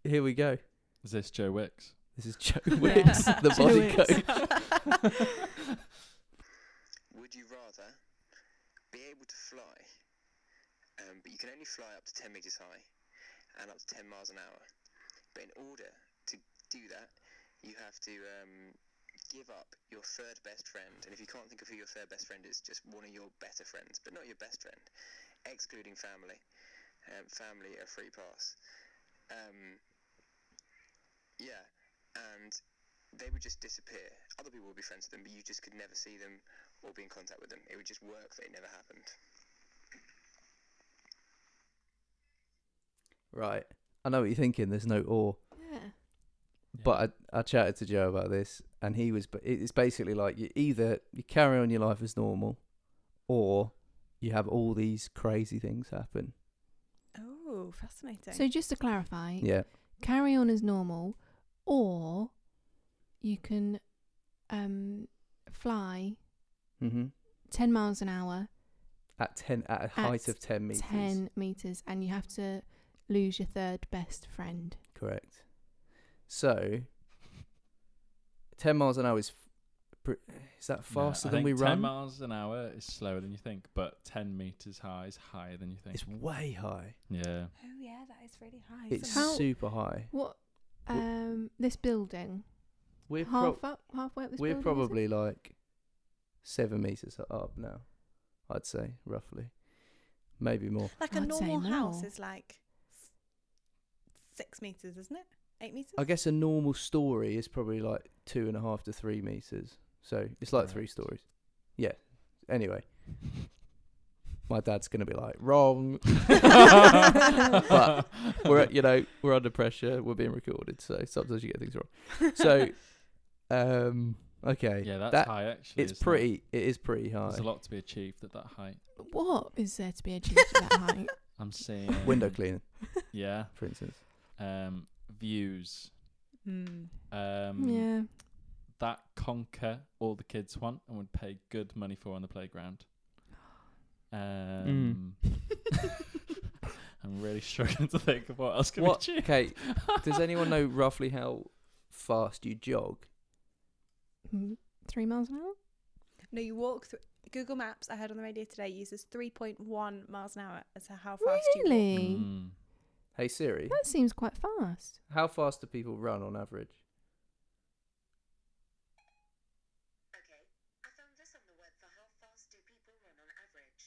Speaker 1: here we go.
Speaker 4: Is this Joe Wicks?
Speaker 1: This is Joe Wicks, the
Speaker 2: Joe
Speaker 1: body
Speaker 2: Wicks.
Speaker 1: coach.
Speaker 5: Would you rather be able to fly, um, but you can only fly up to 10 meters high and up to 10 miles an hour? But in order to do that, you have to um, give up your third best friend. And if you can't think of who your third best friend is, just one of your better friends, but not your best friend, excluding family. Um, family a free pass. Um, yeah, and they would just disappear. Other people would be friends with them, but you just could never see them or be in contact with them. It would just work that it never happened.
Speaker 1: Right. I know what you're thinking. There's no awe.
Speaker 2: Yeah.
Speaker 1: But I, I chatted to Joe about this, and he was. it- It's basically like you either you carry on your life as normal, or you have all these crazy things happen.
Speaker 3: Oh, fascinating.
Speaker 2: So just to clarify,
Speaker 1: Yeah,
Speaker 2: carry on as normal, or you can um, fly
Speaker 1: mm-hmm.
Speaker 2: ten miles an hour,
Speaker 1: at ten at a height of ten meters.
Speaker 2: ten meters, and you have to lose your third best friend.
Speaker 1: Correct. So, ten miles an hour is f- pr- is that
Speaker 4: No, I
Speaker 1: faster than
Speaker 4: think
Speaker 1: we
Speaker 4: 10
Speaker 1: run?
Speaker 4: miles an hour is slower than you think, but 10 meters high is higher than you think.
Speaker 1: It's way high.
Speaker 4: yeah.
Speaker 3: oh yeah, that is really high.
Speaker 1: It's
Speaker 2: How-
Speaker 1: super high.
Speaker 2: What?
Speaker 1: Wh-
Speaker 2: Um, this building
Speaker 1: We're
Speaker 2: half
Speaker 1: prob-
Speaker 2: up, halfway up this
Speaker 1: We're
Speaker 2: building. is it?
Speaker 1: probably like seven meters up now, I'd say roughly, maybe more.
Speaker 3: like a
Speaker 2: I'd say
Speaker 3: normal house
Speaker 2: no.
Speaker 3: is like s- six meters, isn't it? Eight meters.
Speaker 1: I guess a normal story is probably like two and a half to three meters, so it's like three
Speaker 4: Correct.
Speaker 1: stories. Yeah. Anyway, my dad's gonna be like, wrong.
Speaker 4: but
Speaker 1: We're you know we're under pressure. We're being recorded, so sometimes you get things wrong. So, um, okay,
Speaker 4: yeah, that's
Speaker 1: that-
Speaker 4: high actually.
Speaker 1: it's
Speaker 4: isn't it?
Speaker 1: pretty. It is pretty high.
Speaker 4: There's a lot to be achieved at that height.
Speaker 2: What is there to be achieved at that height?
Speaker 4: I'm seeing
Speaker 1: Window cleaning,
Speaker 4: Yeah,
Speaker 1: for instance.
Speaker 4: um, views.
Speaker 3: Mm.
Speaker 4: Um,
Speaker 2: yeah.
Speaker 4: That conquer all the kids want and would pay good money for on the playground. Um, Hmm. I'm really struggling to think of what else can
Speaker 1: What?
Speaker 4: be achieved.
Speaker 1: Okay, does anyone know roughly how fast you jog?
Speaker 2: Mm, Three miles an hour?
Speaker 3: No, you walk through. Google Maps, I heard on the radio today, uses 3.1 miles an hour as to how fast you walk.
Speaker 2: Really?
Speaker 4: Mm.
Speaker 1: Hey Siri,
Speaker 2: That seems quite fast.
Speaker 1: how fast do people run on average?
Speaker 5: Okay, I found this on the web for how fast do people run on average.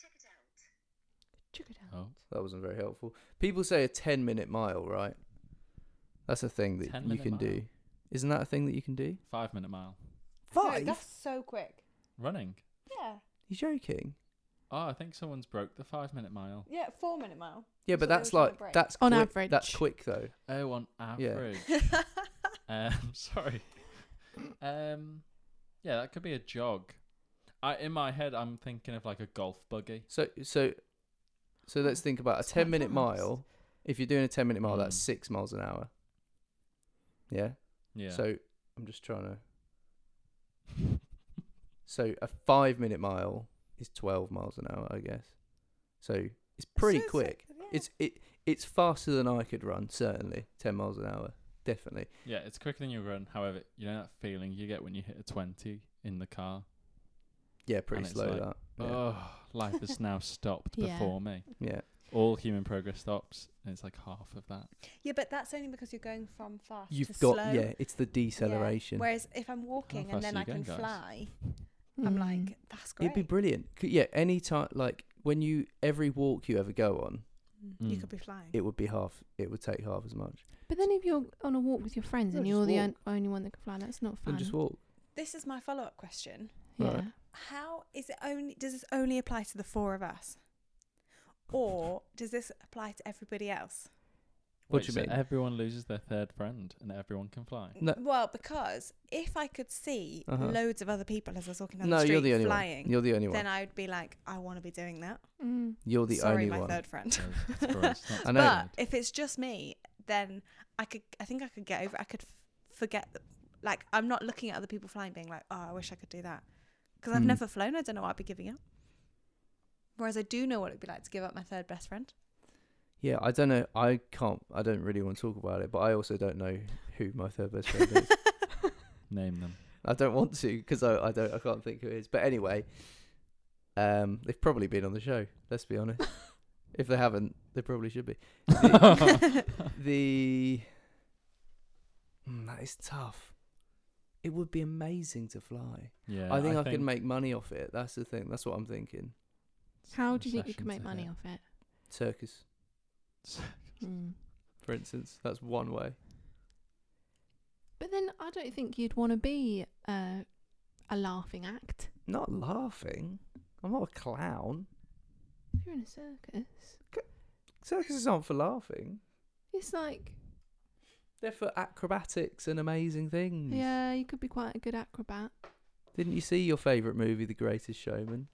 Speaker 5: Check it out.
Speaker 2: Check it out.
Speaker 4: Oh,
Speaker 1: That wasn't very helpful. People say a ten-minute mile, right? That's a thing that you
Speaker 4: 10-minute
Speaker 1: can do.
Speaker 4: mile.
Speaker 1: Isn't that a thing that you can do?
Speaker 4: five minute mile
Speaker 3: No, that's so quick.
Speaker 4: running.
Speaker 3: Yeah.
Speaker 1: You joking?
Speaker 4: Oh, I think someone's broke the five minute mile.
Speaker 3: Yeah, four minute mile.
Speaker 1: Yeah,
Speaker 3: That's
Speaker 1: but
Speaker 3: what they
Speaker 1: that's
Speaker 3: were trying
Speaker 1: like
Speaker 3: to break.
Speaker 1: that's
Speaker 2: On average.
Speaker 1: quick- That's quick though.
Speaker 4: Oh, on average. um, sorry. Um, yeah, that could be a jog. I in my head, I'm thinking of like a golf buggy.
Speaker 1: So so so let's think about a
Speaker 2: quite
Speaker 1: 10 minute
Speaker 2: fast.
Speaker 1: mile. If you're doing a 10 minute mile, that's
Speaker 4: Mm.
Speaker 1: 6 miles an hour. Yeah?
Speaker 4: Yeah.
Speaker 1: So I'm just trying to So a 5 minute mile is 12 miles an hour, I guess. So it's pretty
Speaker 3: So it's like-
Speaker 1: quick.
Speaker 3: yeah.
Speaker 1: It's it it's faster than I could run certainly. 10 miles an hour, definitely.
Speaker 4: yeah, it's quicker than you run. However, you know that feeling you get when you hit a twenty in the car.
Speaker 1: Yeah, pretty
Speaker 4: it's
Speaker 1: slow
Speaker 4: like-
Speaker 1: that. Yeah.
Speaker 4: Oh, life has now stopped
Speaker 2: Yeah.
Speaker 4: before me.
Speaker 1: yeah.
Speaker 4: All human progress stops, and it's like half of that.
Speaker 3: Yeah, but that's only because you're going from fast
Speaker 1: You've
Speaker 3: to
Speaker 1: got
Speaker 3: slow.
Speaker 1: yeah, it's the
Speaker 3: Yeah.
Speaker 1: deceleration.
Speaker 3: Whereas if I'm walking
Speaker 4: fast
Speaker 3: and then
Speaker 4: are
Speaker 3: I
Speaker 4: you
Speaker 3: can
Speaker 4: going, guys?
Speaker 3: fly, I'm
Speaker 2: Mm.
Speaker 3: like, that's great.
Speaker 1: It'd be brilliant. C- Yeah, any time, like when you every walk you ever go on,
Speaker 3: Hmm. You
Speaker 4: Mm.
Speaker 3: could be flying.
Speaker 1: hmm. it would be half. It would take half as much.
Speaker 2: But then if you're on a walk with your friends
Speaker 1: No,
Speaker 2: and
Speaker 1: just
Speaker 2: you're the
Speaker 1: walk.
Speaker 2: on- only one that can fly, that's not fun.
Speaker 1: And just walk.
Speaker 3: This is my follow up question.
Speaker 2: yeah.
Speaker 1: Right.
Speaker 3: How is it only does this only apply to the four of us? Or does this apply to everybody else?
Speaker 1: What
Speaker 4: Wait,
Speaker 1: do you
Speaker 4: so
Speaker 1: mean?
Speaker 4: Everyone loses their third friend, and everyone can fly.
Speaker 1: No.
Speaker 3: Well, because if I could see
Speaker 1: Uh-huh.
Speaker 3: loads of other people as I was walking down
Speaker 1: No,
Speaker 3: the street
Speaker 1: you're the only
Speaker 3: flying,
Speaker 1: one. You're the only one.
Speaker 3: then I would be like, I want to be doing that.
Speaker 2: Mm.
Speaker 1: You're the
Speaker 3: Sorry,
Speaker 1: only
Speaker 3: my
Speaker 1: one.
Speaker 3: third friend.
Speaker 4: So it's gross, not
Speaker 1: I know.
Speaker 3: But
Speaker 4: valid.
Speaker 3: if it's just me, then I could. I think I could get over. I could f- forget. that- Like I'm not looking at other people flying, being like, "Oh, I wish I could do that," because I've
Speaker 1: Mm.
Speaker 3: never flown. I don't know what I'd be giving up. Whereas I do know what it'd be like to give up my third best friend.
Speaker 1: Yeah, I don't know. I can't. I don't really want to talk about it. But I also don't know who my third best friend is.
Speaker 4: Name them.
Speaker 1: I don't want to because I, I don't. I can't think who it is. But anyway, um, they've probably been on the show. Let's be honest. if they haven't, they probably should be. The Mm, that is tough. It would be amazing to fly.
Speaker 4: yeah,
Speaker 1: I think I, could make money off it. That's the thing. That's what I'm thinking.
Speaker 2: How do you think you could make money
Speaker 4: on?
Speaker 2: off it?
Speaker 1: Circus,
Speaker 2: Mm.
Speaker 1: for instance, that's one way.
Speaker 2: But then I don't think you'd want to be uh, a laughing act.
Speaker 1: Not laughing. I'm not a clown.
Speaker 2: If you're in a circus,
Speaker 1: Circuses aren't for laughing.
Speaker 2: it's like,
Speaker 1: They're for acrobatics and amazing things.
Speaker 2: yeah, you could be quite a good acrobat.
Speaker 1: Didn't you see your favourite movie, The Greatest Showman?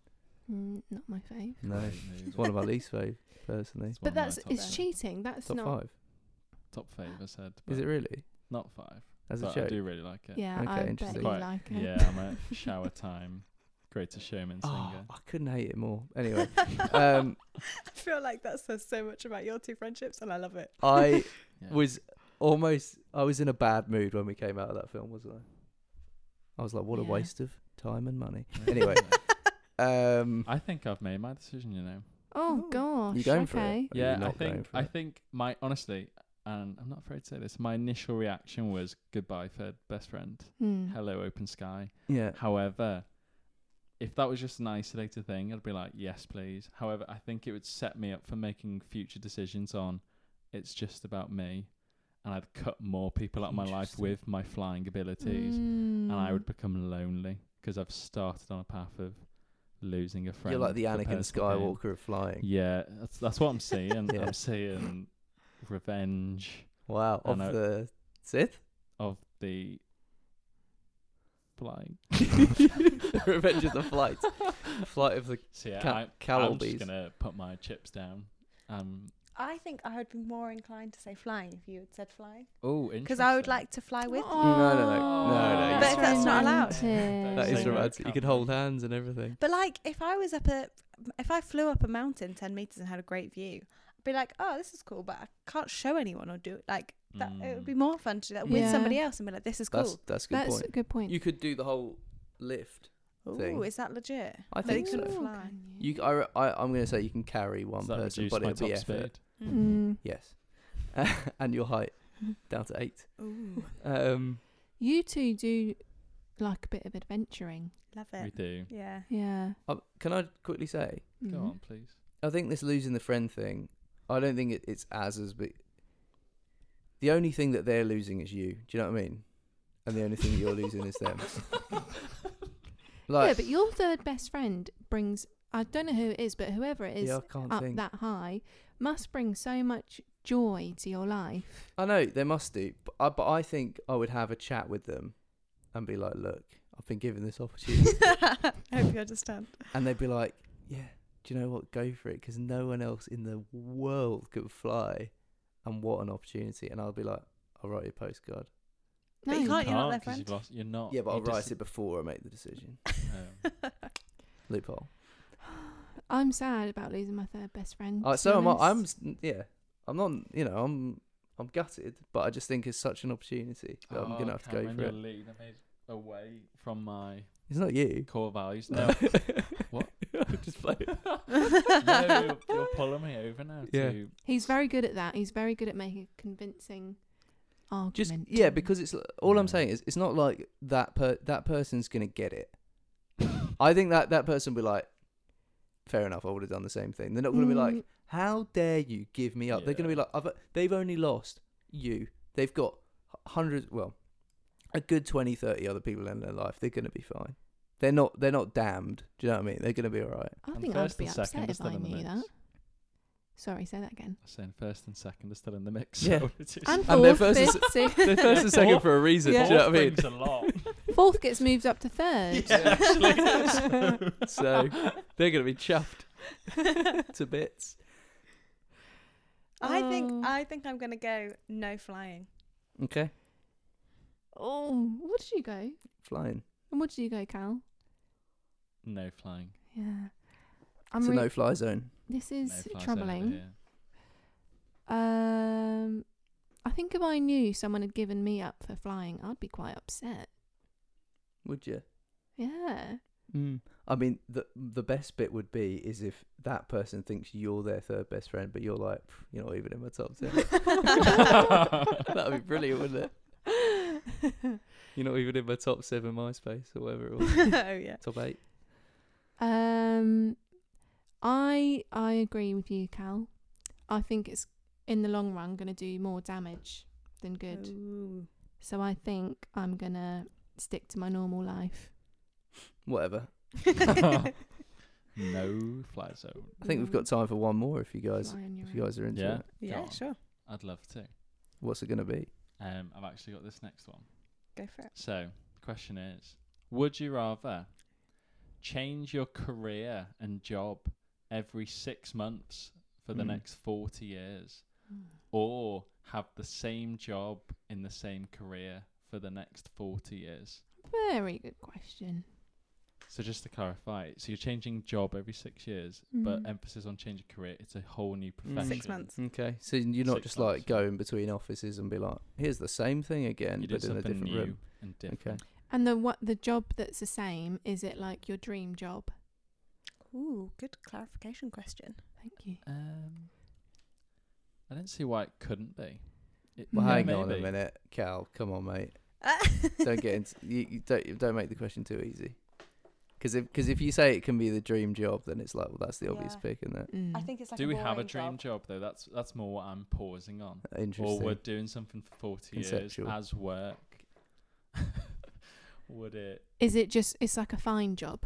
Speaker 2: Mm, not my fave.
Speaker 1: No.
Speaker 4: Great
Speaker 1: It's
Speaker 4: movie.
Speaker 1: one of our least favourite, personally.
Speaker 4: It's
Speaker 2: But
Speaker 4: one of my
Speaker 2: that's
Speaker 4: top
Speaker 2: it's
Speaker 4: five.
Speaker 2: cheating. That's
Speaker 1: Top
Speaker 2: not.
Speaker 1: five.
Speaker 4: Top favour said.
Speaker 1: Is
Speaker 4: but
Speaker 1: it really?
Speaker 4: Not five.
Speaker 1: As a
Speaker 4: but I
Speaker 1: joke.
Speaker 4: do really like it.
Speaker 2: Yeah,
Speaker 1: Okay,
Speaker 2: I bet
Speaker 1: interesting.
Speaker 2: you
Speaker 4: Quite-
Speaker 2: like it.
Speaker 4: Yeah, I'm a shower time greatest showman
Speaker 1: Oh,
Speaker 4: singer.
Speaker 1: I couldn't hate it more. Anyway, um,
Speaker 3: I feel like that says so much about your two friendships, and I love it.
Speaker 1: I
Speaker 4: Yeah.
Speaker 1: was almost I was in a bad mood when we came out of that film, wasn't I? I was like, what a
Speaker 2: Yeah.
Speaker 1: waste of time and money.
Speaker 4: Yeah.
Speaker 1: Anyway, um,
Speaker 4: I think I've made my decision, you know.
Speaker 2: Oh
Speaker 3: Ooh.
Speaker 2: gosh.
Speaker 1: you going for
Speaker 2: okay.
Speaker 1: it? Or are you
Speaker 4: yeah, I
Speaker 1: not going
Speaker 4: think
Speaker 1: for
Speaker 4: I
Speaker 1: it?
Speaker 4: think my honestly, and I'm not afraid to say this, my initial reaction was goodbye third best friend.
Speaker 2: Hmm.
Speaker 4: Hello, open sky.
Speaker 1: Yeah,
Speaker 4: However, if that was just an isolated thing, I'd be like, yes, please. However, I think it would set me up for making future decisions on it's just about me. And I'd cut more people out of my life
Speaker 1: Interesting. Mm.
Speaker 4: with my
Speaker 2: Hmm.
Speaker 4: flying abilities. And I would become lonely because I've started on a path of losing a friend.
Speaker 1: You're like the
Speaker 4: for
Speaker 1: Anakin
Speaker 4: personal gain.
Speaker 1: Skywalker of flying.
Speaker 4: Yeah, that's that's what I'm seeing.
Speaker 1: Yeah.
Speaker 4: I'm seeing revenge
Speaker 1: Wow,
Speaker 4: I
Speaker 1: of
Speaker 4: know.
Speaker 1: the Sith.
Speaker 4: of the flying.
Speaker 1: Revenge of the Flight. Flight of the
Speaker 4: So yeah,
Speaker 1: Ca-
Speaker 4: I, I'm
Speaker 1: Calbees.
Speaker 4: just gonna put my chips down. Um.
Speaker 3: I think I would be more inclined to say flying if you had said flying.
Speaker 4: Oh, interesting.
Speaker 3: Because I would like to fly with you.
Speaker 1: No, no, no. No, no,
Speaker 4: But
Speaker 3: that's not allowed.
Speaker 2: romantic.
Speaker 1: That
Speaker 4: Same
Speaker 1: is
Speaker 4: with
Speaker 1: romantic. You could
Speaker 4: Calbees.
Speaker 1: hold hands and everything.
Speaker 3: But like, if I was up a, if I flew up a mountain ten meters and had a great view, I'd be like, oh, this is cool. But I can't show anyone or do it. Like that, it
Speaker 4: Mm.
Speaker 3: would be more fun to do that with
Speaker 2: Yeah.
Speaker 3: somebody else and be like, this is
Speaker 1: Mm. That's
Speaker 3: cool.
Speaker 1: that's a good
Speaker 2: That's
Speaker 1: point.
Speaker 2: a good point.
Speaker 1: You could do the whole lift.
Speaker 3: Ooh,
Speaker 1: thing.
Speaker 3: is that legit?
Speaker 1: I
Speaker 3: But you
Speaker 1: think
Speaker 3: couldn't
Speaker 1: so.
Speaker 3: fly.
Speaker 1: You, I, re- I, I'm going to say you can carry one
Speaker 4: Does that
Speaker 1: person,
Speaker 4: reduce
Speaker 1: but
Speaker 4: my
Speaker 1: it'll
Speaker 4: top
Speaker 1: be effort.
Speaker 4: speed?
Speaker 3: Hmm.
Speaker 2: Mm.
Speaker 1: Yes, and your height down to eight.
Speaker 3: Ooh,
Speaker 1: Um,
Speaker 2: You two do like a bit of adventuring.
Speaker 3: love
Speaker 4: We
Speaker 3: it.
Speaker 4: do.
Speaker 3: Yeah.
Speaker 2: Yeah.
Speaker 1: uh, can I quickly say?
Speaker 3: Mm-hmm.
Speaker 4: Go
Speaker 2: Mm.
Speaker 4: on, please.
Speaker 1: I think this losing the friend thing. I don't think it, it's as as big. The only thing that they're losing is you. Do you know what I mean? And the only thing that you're losing is them.
Speaker 2: yeah,
Speaker 1: Like,
Speaker 2: but your third best friend brings, I don't know who it is, but whoever it is
Speaker 1: yeah, I can't
Speaker 2: up
Speaker 1: think.
Speaker 2: that high must bring so much joy to your life.
Speaker 1: I know they must do, but I, but I think I would have a chat with them, and be like, "Look, I've been given this opportunity,"
Speaker 3: I hope you understand.
Speaker 1: and they'd be like, "Yeah, do you know what? Go for it, because no one else in the world could fly, and what an opportunity!" And I'll be like, "I'll write you a postcard."
Speaker 2: No,
Speaker 3: But you can't, you're not their
Speaker 4: 'cause you've
Speaker 3: friend.
Speaker 4: lost- You're not.
Speaker 1: Yeah, but I'll
Speaker 4: you
Speaker 1: write
Speaker 4: dis-
Speaker 1: it before I make the decision.
Speaker 4: Oh.
Speaker 1: Loophole.
Speaker 2: I'm sad about losing my third best friend.
Speaker 1: Uh,
Speaker 2: to
Speaker 1: so
Speaker 2: be
Speaker 1: am I. I'm.
Speaker 2: honest.
Speaker 1: s- Yeah, I'm not. You know, I'm. I'm gutted, but I just think it's such an opportunity that I'm gonna have to go for
Speaker 4: Cameron,
Speaker 1: it.
Speaker 4: Oh, you're leading me away from my
Speaker 1: It's not you.
Speaker 4: core values. No, What?
Speaker 1: just play.
Speaker 4: no, you're, you're pulling me over now.
Speaker 1: Yeah.
Speaker 4: To,
Speaker 2: He's very good at that. He's very good at making a convincing argument.
Speaker 1: Just yeah, because it's l- all I'm
Speaker 4: Yeah.
Speaker 1: saying is it's not like that per that person's gonna get it. I think that that person will be like, fair enough. I would have done the same thing. They're not gonna be like,
Speaker 2: Mm.
Speaker 1: how dare you give me up? They're gonna be
Speaker 4: Yeah.
Speaker 1: like, I've, they've only lost you. They've got h- hundreds. Well, a good 20, 30 other people in their life. They're gonna be fine. They're not. They're not damned. Do you know what I mean? They're gonna be all right.
Speaker 2: I
Speaker 4: and
Speaker 2: think I'd
Speaker 4: first
Speaker 2: be
Speaker 4: and
Speaker 2: upset
Speaker 4: second are
Speaker 2: if
Speaker 4: still
Speaker 2: I
Speaker 4: in the
Speaker 2: knew
Speaker 4: mix.
Speaker 2: that. Sorry, say that again.
Speaker 4: I'm saying first and second are still in the mix.
Speaker 1: Yeah.
Speaker 4: so it's just-
Speaker 2: And
Speaker 1: And their
Speaker 2: fourth,
Speaker 1: first and
Speaker 2: fifth, sixth.
Speaker 1: They're first and second for a reason.
Speaker 4: Fourth
Speaker 1: Do you know what I mean?
Speaker 4: brings a lot.
Speaker 2: Fourth gets moved up to third.
Speaker 4: actually.
Speaker 1: So they're gonna be chuffed to bits.
Speaker 3: I
Speaker 2: Oh.
Speaker 3: think I think I'm gonna go no flying.
Speaker 1: Okay,
Speaker 2: Oh, what did you go?
Speaker 1: flying.
Speaker 2: And what did you go, Cal?
Speaker 4: no flying.
Speaker 2: Yeah.
Speaker 1: It's
Speaker 2: I'm
Speaker 1: a
Speaker 2: re-
Speaker 1: no-fly zone.
Speaker 2: this
Speaker 4: No
Speaker 2: is
Speaker 4: flies over
Speaker 2: troubling.
Speaker 4: here.
Speaker 2: Um, I think if I knew someone had given me up for flying, I'd be quite upset.
Speaker 1: Would you?
Speaker 2: Yeah. Hmm.
Speaker 1: Mm. I mean, the the best bit would be is if that person thinks you're their third best friend, but you're like, "Pff, you're not even in my top ten. That'd be brilliant, wouldn't it? You're not even in my top seven MySpace or whatever it was.
Speaker 3: oh yeah.
Speaker 1: top eight.
Speaker 2: Um, I I agree with you, Cal. I think it's in the long run going to do more damage than good.
Speaker 3: Oh. Ooh.
Speaker 2: So I think I'm gonna stick to my normal life.
Speaker 1: Whatever.
Speaker 4: No fly zone.
Speaker 1: I think we've got time for one more if you guys
Speaker 2: Fly Mm. on your
Speaker 1: if you
Speaker 2: own.
Speaker 1: guys are into
Speaker 4: Yeah.
Speaker 1: it.
Speaker 3: yeah,
Speaker 4: on.
Speaker 3: sure.
Speaker 4: I'd love to.
Speaker 1: What's it gonna be?
Speaker 4: Um, I've actually got this next one.
Speaker 3: Go for it.
Speaker 4: So, question is, would you rather change your career and job every six months for the
Speaker 1: Hmm.
Speaker 4: next 40 years
Speaker 2: Mm.
Speaker 4: or have the same job in the same career for the next 40 years?
Speaker 2: Very good question.
Speaker 4: So, just to clarify, so you're changing job every six years, but
Speaker 2: Mm.
Speaker 4: emphasis on change of career. It's a whole new
Speaker 1: Mm-hmm. Mm.
Speaker 4: profession.
Speaker 3: Six months.
Speaker 1: Okay, so you're not
Speaker 4: Six
Speaker 1: just
Speaker 4: months.
Speaker 1: like going between offices and be like, here's the same thing again,
Speaker 4: You did
Speaker 1: but in a
Speaker 4: something
Speaker 1: different
Speaker 4: new
Speaker 1: room.
Speaker 4: and different.
Speaker 2: And the what the job that's the same is it like your dream job?
Speaker 3: Ooh, good clarification question.
Speaker 2: Thank you.
Speaker 4: Um, I don't see why it couldn't be. It-
Speaker 1: Well,
Speaker 2: Yeah,
Speaker 1: hang on a
Speaker 4: maybe.
Speaker 1: minute, Cal. Come on, mate. don't get into you, you don't you don't make the question too easy because if because if you say it can be the dream job then it's like well that's the obvious
Speaker 3: Yeah.
Speaker 1: pick isn't it
Speaker 2: Mm.
Speaker 3: I think it's like
Speaker 4: Do
Speaker 3: a
Speaker 4: we have a
Speaker 3: boring
Speaker 4: dream job though? That's that's more what I'm pausing on. Or
Speaker 1: interesting
Speaker 4: we're doing something for 40
Speaker 1: Conceptual.
Speaker 4: years as work. would it?
Speaker 2: Is it just it's like a fine job?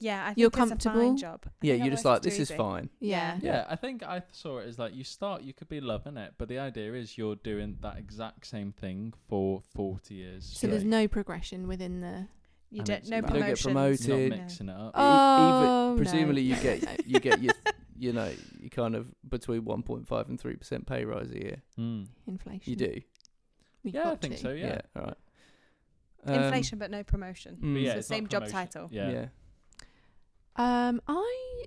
Speaker 3: Yeah, I think
Speaker 2: You're
Speaker 3: it's a fine
Speaker 2: comfortable?
Speaker 3: job. I
Speaker 1: yeah,
Speaker 3: think I
Speaker 1: you're just
Speaker 3: work
Speaker 1: like,
Speaker 3: it
Speaker 1: this
Speaker 3: too
Speaker 1: is
Speaker 3: easy."
Speaker 1: fine. E,
Speaker 2: Yeah.
Speaker 4: Yeah. I think I saw it as like you start, you could be loving it, but the idea is you're doing that exact same thing for 40 years.
Speaker 2: So there's
Speaker 4: straight.
Speaker 2: no progression within the.
Speaker 3: You
Speaker 1: And
Speaker 3: don't
Speaker 1: it's
Speaker 3: no
Speaker 1: about- You don't get
Speaker 3: promotion.
Speaker 1: promoted.
Speaker 4: You're
Speaker 1: did-
Speaker 4: not mixing it up.
Speaker 1: E-
Speaker 2: Oh, no.
Speaker 1: presumably you
Speaker 2: No.
Speaker 1: get you get your you know you kind of between 1.5 and 3 percent pay rise a year.
Speaker 4: Mm.
Speaker 2: Inflation.
Speaker 1: You do,
Speaker 2: We've
Speaker 4: Yeah, I
Speaker 2: got
Speaker 4: think
Speaker 2: to.
Speaker 4: so.
Speaker 1: yeah,
Speaker 4: Yeah.
Speaker 1: all right. Um,
Speaker 3: Inflation, but no promotion.
Speaker 1: mm,
Speaker 4: But yeah,
Speaker 3: So
Speaker 4: it's not
Speaker 3: same job
Speaker 4: promotion.
Speaker 3: title.
Speaker 1: yeah.
Speaker 4: Yeah.
Speaker 2: Um, I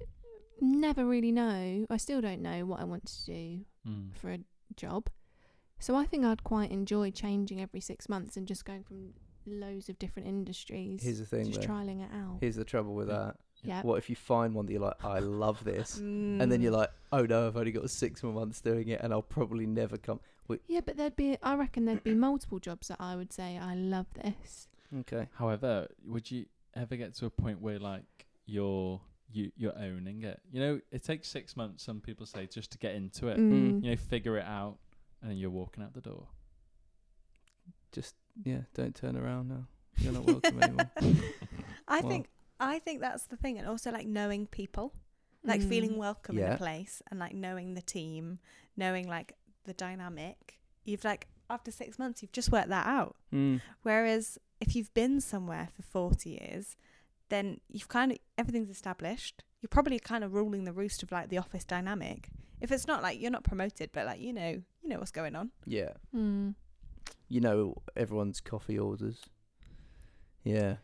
Speaker 2: never really know. I still don't know what I want to do
Speaker 4: Mm.
Speaker 2: for a job. So I think I'd quite enjoy changing every six months and just going from loads of different industries,
Speaker 1: Here's the thing
Speaker 2: just
Speaker 1: though.
Speaker 2: trialing it out.
Speaker 1: Here's the trouble with that.
Speaker 2: Yeah.
Speaker 1: What if you find one that you're like, I love this,
Speaker 3: Mm.
Speaker 1: and then you're like, oh no, I've only got six more months doing it, and I'll probably never come.
Speaker 2: Yeah, but there'd be. I reckon there'd be multiple jobs that I would say I love this.
Speaker 1: Okay.
Speaker 4: However, would you ever get to a point where like you're you you're owning it? You know, it takes six months. Some people say just to get into it.
Speaker 1: Mm.
Speaker 4: You know, figure it out, and then you're walking out the door.
Speaker 1: Yeah. Don't turn around now. You're not welcome anymore.
Speaker 3: I
Speaker 1: Well.
Speaker 3: think I think that's the thing, and also like knowing people, like
Speaker 2: Mm.
Speaker 3: feeling welcome in
Speaker 1: Yeah.
Speaker 3: a place, and like knowing the team, knowing like the dynamic. You've like after six months, you've just worked that out.
Speaker 1: Mm.
Speaker 3: Whereas if you've been somewhere for forty years, then you've kind of everything's established. You're probably kind of ruling the roost of like the office dynamic. If it's not like you're not promoted, but like you know, you know what's going on.
Speaker 1: Yeah.
Speaker 2: Mm.
Speaker 1: You know everyone's coffee orders. Yeah.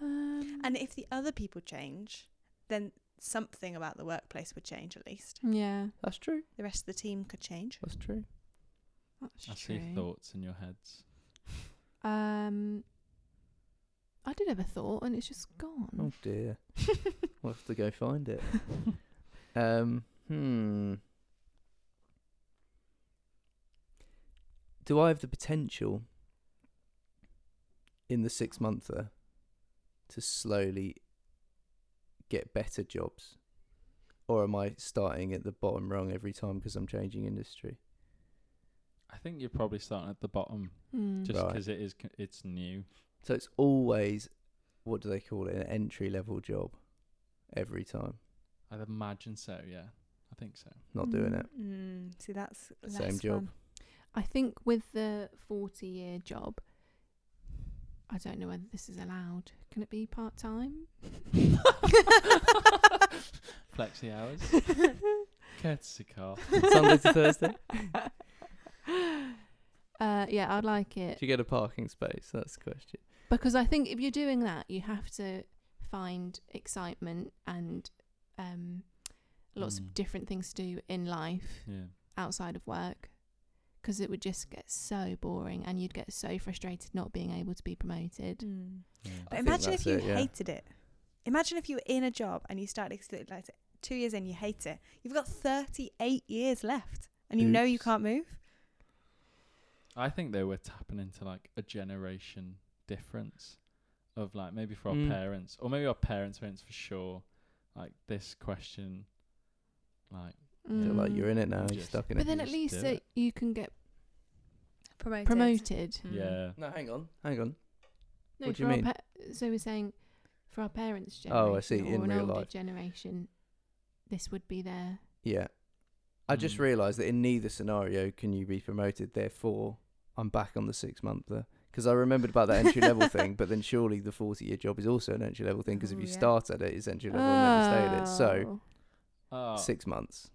Speaker 2: Um,
Speaker 3: And if the other people change, then something about the workplace would change at least.
Speaker 2: yeah,
Speaker 1: That's true.
Speaker 3: The rest of the team could change.
Speaker 1: That's true.
Speaker 2: that's
Speaker 4: I see
Speaker 2: true.
Speaker 4: thoughts in your heads.
Speaker 2: Um, I did have a thought, and it's just
Speaker 1: Oh
Speaker 2: gone.
Speaker 1: dear. we'll have to go find it. um. Hmm. Do I have the potential in the six monther to slowly get better jobs, or am I starting at the bottom rung every time because I'm changing industry?
Speaker 4: I think you're probably starting at the bottom
Speaker 2: Mm.
Speaker 4: just
Speaker 1: Right.
Speaker 4: because it is c- it's new.
Speaker 1: So it's always what do they call it? An entry level job every time.
Speaker 4: I'd imagine so. Yeah, I think so.
Speaker 1: Not doing
Speaker 2: Mm.
Speaker 1: it.
Speaker 3: Mm, see, that's less
Speaker 1: Same job.
Speaker 3: fun.
Speaker 2: I think with the 40 year job, I don't know whether this is allowed. Can it be part time?
Speaker 4: Flexi hours, courtesy car.
Speaker 1: Sunday to Thursday.
Speaker 2: Uh, yeah, I'd like
Speaker 1: Do
Speaker 2: it
Speaker 1: you get a parking space? That's the question.
Speaker 2: because I think if you're doing that, you have to find excitement and um, lots
Speaker 4: Mm.
Speaker 2: of different things to do in life
Speaker 4: Yeah.
Speaker 2: outside of work because it would just get so boring and you'd get so frustrated not being able to be promoted.
Speaker 3: Mm.
Speaker 4: yeah.
Speaker 1: I
Speaker 3: But
Speaker 1: think
Speaker 3: imagine
Speaker 1: that's
Speaker 3: if you
Speaker 1: it, yeah.
Speaker 3: hated it. Imagine if you were in a job and you started ex- like two years in, you hate it. You've got 38 years left and you know you
Speaker 1: Oops.
Speaker 3: can't move.
Speaker 4: I think they were tapping into like a generation difference of like maybe for our
Speaker 1: Mm.
Speaker 4: parents or maybe our parents' parents for sure. Like this question, like
Speaker 1: Feel like
Speaker 2: Mm.
Speaker 1: you're in it now. You're
Speaker 4: Just-
Speaker 1: stuck in
Speaker 2: But
Speaker 1: it.
Speaker 2: then
Speaker 4: you
Speaker 2: at
Speaker 4: just
Speaker 2: least
Speaker 4: do
Speaker 2: that
Speaker 4: it.
Speaker 2: you can get
Speaker 3: Promoted.
Speaker 2: promoted.
Speaker 3: Mm.
Speaker 4: yeah,
Speaker 1: No, hang on, hang on.
Speaker 2: No,
Speaker 1: What do you
Speaker 2: for our
Speaker 1: mean?
Speaker 2: pa- so we're saying for our parents' generation
Speaker 1: Oh, I see,
Speaker 2: or
Speaker 1: in
Speaker 2: an
Speaker 1: real
Speaker 2: older
Speaker 1: life.
Speaker 2: generation, this would be their
Speaker 1: Yeah, I just
Speaker 4: Mm.
Speaker 1: realised that in neither scenario can you be promoted. Therefore, I'm back on the six monther because I remembered about that entry level thing. But then surely the forty year job is also an entry level thing because if
Speaker 3: Oh,
Speaker 1: you
Speaker 3: yeah.
Speaker 1: start at it, it's entry level and never stay at it.
Speaker 2: Oh.
Speaker 4: oh,
Speaker 1: So six months.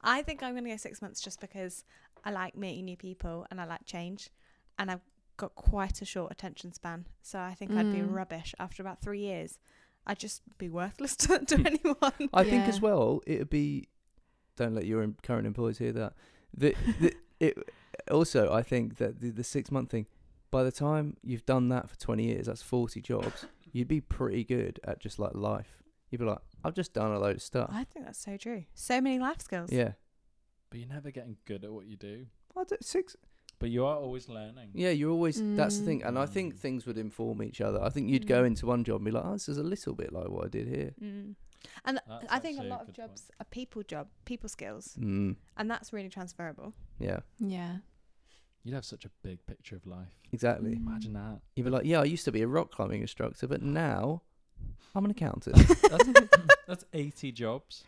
Speaker 3: I think I'm going to go six months just because I like meeting new people and I like change. And I've got quite a short attention span. So I think I'd be
Speaker 2: Mm.
Speaker 3: rubbish after about three years. I'd just be worthless to, to anyone.
Speaker 1: I think as
Speaker 2: Yeah.
Speaker 1: well it'd be. Don't let your em- current employers hear that. The, the it also I think that the, the six month thing. By the time you've done that for twenty years, that's forty jobs. You'd be pretty good at just like life. You'd be like, I've just done a load of stuff.
Speaker 3: I think that's so true. So many life skills.
Speaker 1: Yeah.
Speaker 4: but you're never getting good at what you do.
Speaker 1: I don't, six.
Speaker 4: But you are always learning.
Speaker 1: Yeah, you're always. That's the
Speaker 2: Mm.
Speaker 1: thing, and I think
Speaker 4: Mm.
Speaker 1: things would inform each other. I think you'd go
Speaker 3: Mm.
Speaker 1: into one job and be like, "Oh, this is a little bit like what I did here."
Speaker 3: Mm. And
Speaker 4: That's
Speaker 3: I think a
Speaker 4: actually a
Speaker 3: lot of
Speaker 4: good point.
Speaker 3: jobs are people job, people skills,
Speaker 1: Mm.
Speaker 3: and that's really transferable.
Speaker 1: Yeah,
Speaker 2: Yeah.
Speaker 4: You'd have such a big picture of life.
Speaker 1: exactly.
Speaker 2: Mm.
Speaker 4: Imagine that.
Speaker 1: You'd be like, "Yeah, I used to be a rock climbing instructor, but now I'm an accountant.
Speaker 4: That's 80 jobs.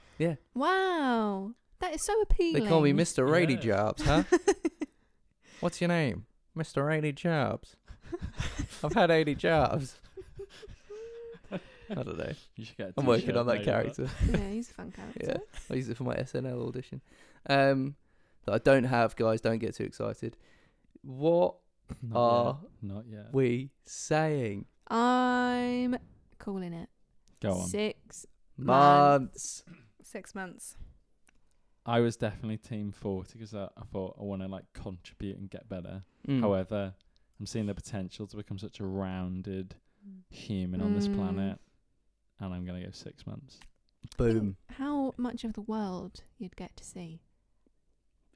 Speaker 2: Wow. That is so appealing.
Speaker 1: they call me Mr. Rady
Speaker 4: Yeah.
Speaker 1: Jobs, huh? What's your name? Mr. Rady Jobs. I've had 80 jobs. I don't know.
Speaker 4: You should get. a
Speaker 1: I'm working
Speaker 4: t-shirt
Speaker 1: on that
Speaker 4: made of
Speaker 1: character.
Speaker 2: yeah, he's a fun character.
Speaker 1: Yeah. I use it for my SNL audition. Um, that I don't have, guys. Don't get too excited. What
Speaker 4: Not
Speaker 1: are
Speaker 4: yet. Not yet.
Speaker 1: we saying?
Speaker 2: I'm calling it
Speaker 4: Go on.
Speaker 2: six.
Speaker 1: Months.
Speaker 3: Six months.
Speaker 4: I was definitely team 40 because I, I thought I want to like contribute and get better.
Speaker 2: Hmm.
Speaker 1: Mm.
Speaker 4: However, I'm seeing the potential to become such a rounded human on this
Speaker 2: Mm.
Speaker 4: planet, and I'm gonna go six months.
Speaker 1: Hmm. Boom.
Speaker 2: How much of the world you'd get to see?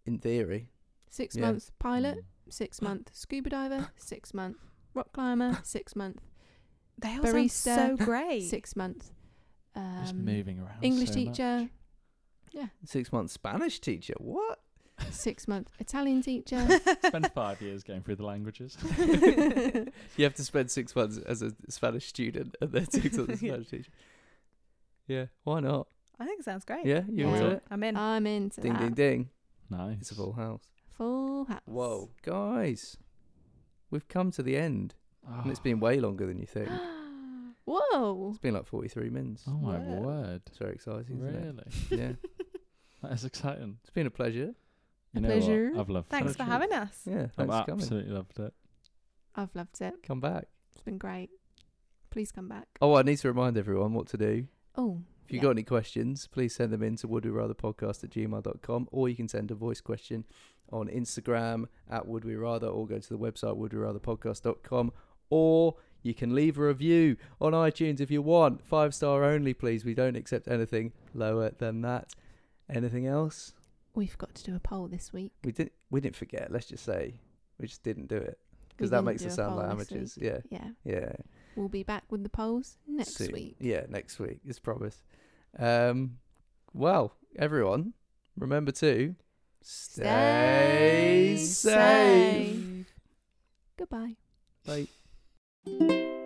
Speaker 1: In theory.
Speaker 2: Six
Speaker 1: Yeah.
Speaker 2: month pilot,
Speaker 4: Mm.
Speaker 2: six month scuba diver, six month rock climber, six month,
Speaker 3: They all
Speaker 2: Barista.
Speaker 3: sound so great.
Speaker 2: six month um,
Speaker 4: Just moving around.
Speaker 2: English
Speaker 4: so much.
Speaker 2: teacher,
Speaker 1: Six months Spanish teacher. What?
Speaker 2: six month Italian teacher.
Speaker 4: Spend five years going through the languages.
Speaker 1: You have to spend six months as a Spanish student and then six months as a
Speaker 3: Yeah.
Speaker 1: Spanish teacher. Yeah. Why not?
Speaker 3: I think it sounds great.
Speaker 1: Yeah. You
Speaker 2: Yeah.
Speaker 1: into it?
Speaker 3: I'm in.
Speaker 2: I'm into
Speaker 1: Ding,
Speaker 2: that.
Speaker 1: ding, ding.
Speaker 4: nice.
Speaker 1: It's a full house.
Speaker 2: Full house.
Speaker 1: Whoa. Guys, we've come to the end.
Speaker 4: Ah.
Speaker 1: And it's been way longer than you think.
Speaker 2: Whoa.
Speaker 1: It's been like 43 minutes.
Speaker 4: Oh my
Speaker 3: Wow.
Speaker 4: word!
Speaker 1: It's very exciting, isn't
Speaker 4: Really,
Speaker 1: it? Yeah.
Speaker 4: that is exciting.
Speaker 1: It's been a pleasure.
Speaker 4: You
Speaker 2: A
Speaker 4: know what?
Speaker 2: pleasure.
Speaker 4: I've loved.
Speaker 3: Thanks
Speaker 4: it.
Speaker 3: for having us.
Speaker 1: Yeah. Thanks
Speaker 4: I've
Speaker 1: for coming.
Speaker 4: absolutely loved it.
Speaker 2: I've loved it.
Speaker 1: Come back.
Speaker 2: It's been great. Please come back.
Speaker 1: Oh, I need to remind everyone what to do.
Speaker 2: Oh.
Speaker 1: If
Speaker 2: yeah.
Speaker 1: you've got any questions, please send them in to would we rather podcast at gmail.com or you can send a voice question on Instagram at would we rather or go to the website would we rather podcast.com or you can leave a review on iTunes if you want. Five star only, please. We don't accept anything lower than that. Anything else?
Speaker 2: We've got to do a poll this week.
Speaker 1: We didn't we didn't forget, let's just say. We just didn't do it.
Speaker 2: We
Speaker 1: Because that
Speaker 2: didn't
Speaker 1: makes
Speaker 2: do
Speaker 1: us
Speaker 2: a
Speaker 1: sound like
Speaker 2: poll this week.
Speaker 1: amateurs. Yeah.
Speaker 2: Yeah.
Speaker 1: Yeah.
Speaker 2: We'll be back with the polls next
Speaker 1: Soon.
Speaker 2: week.
Speaker 1: Yeah, next week. It's promised. Um, well, everyone, remember to stay,
Speaker 2: Stay safe. Goodbye.
Speaker 1: Bye.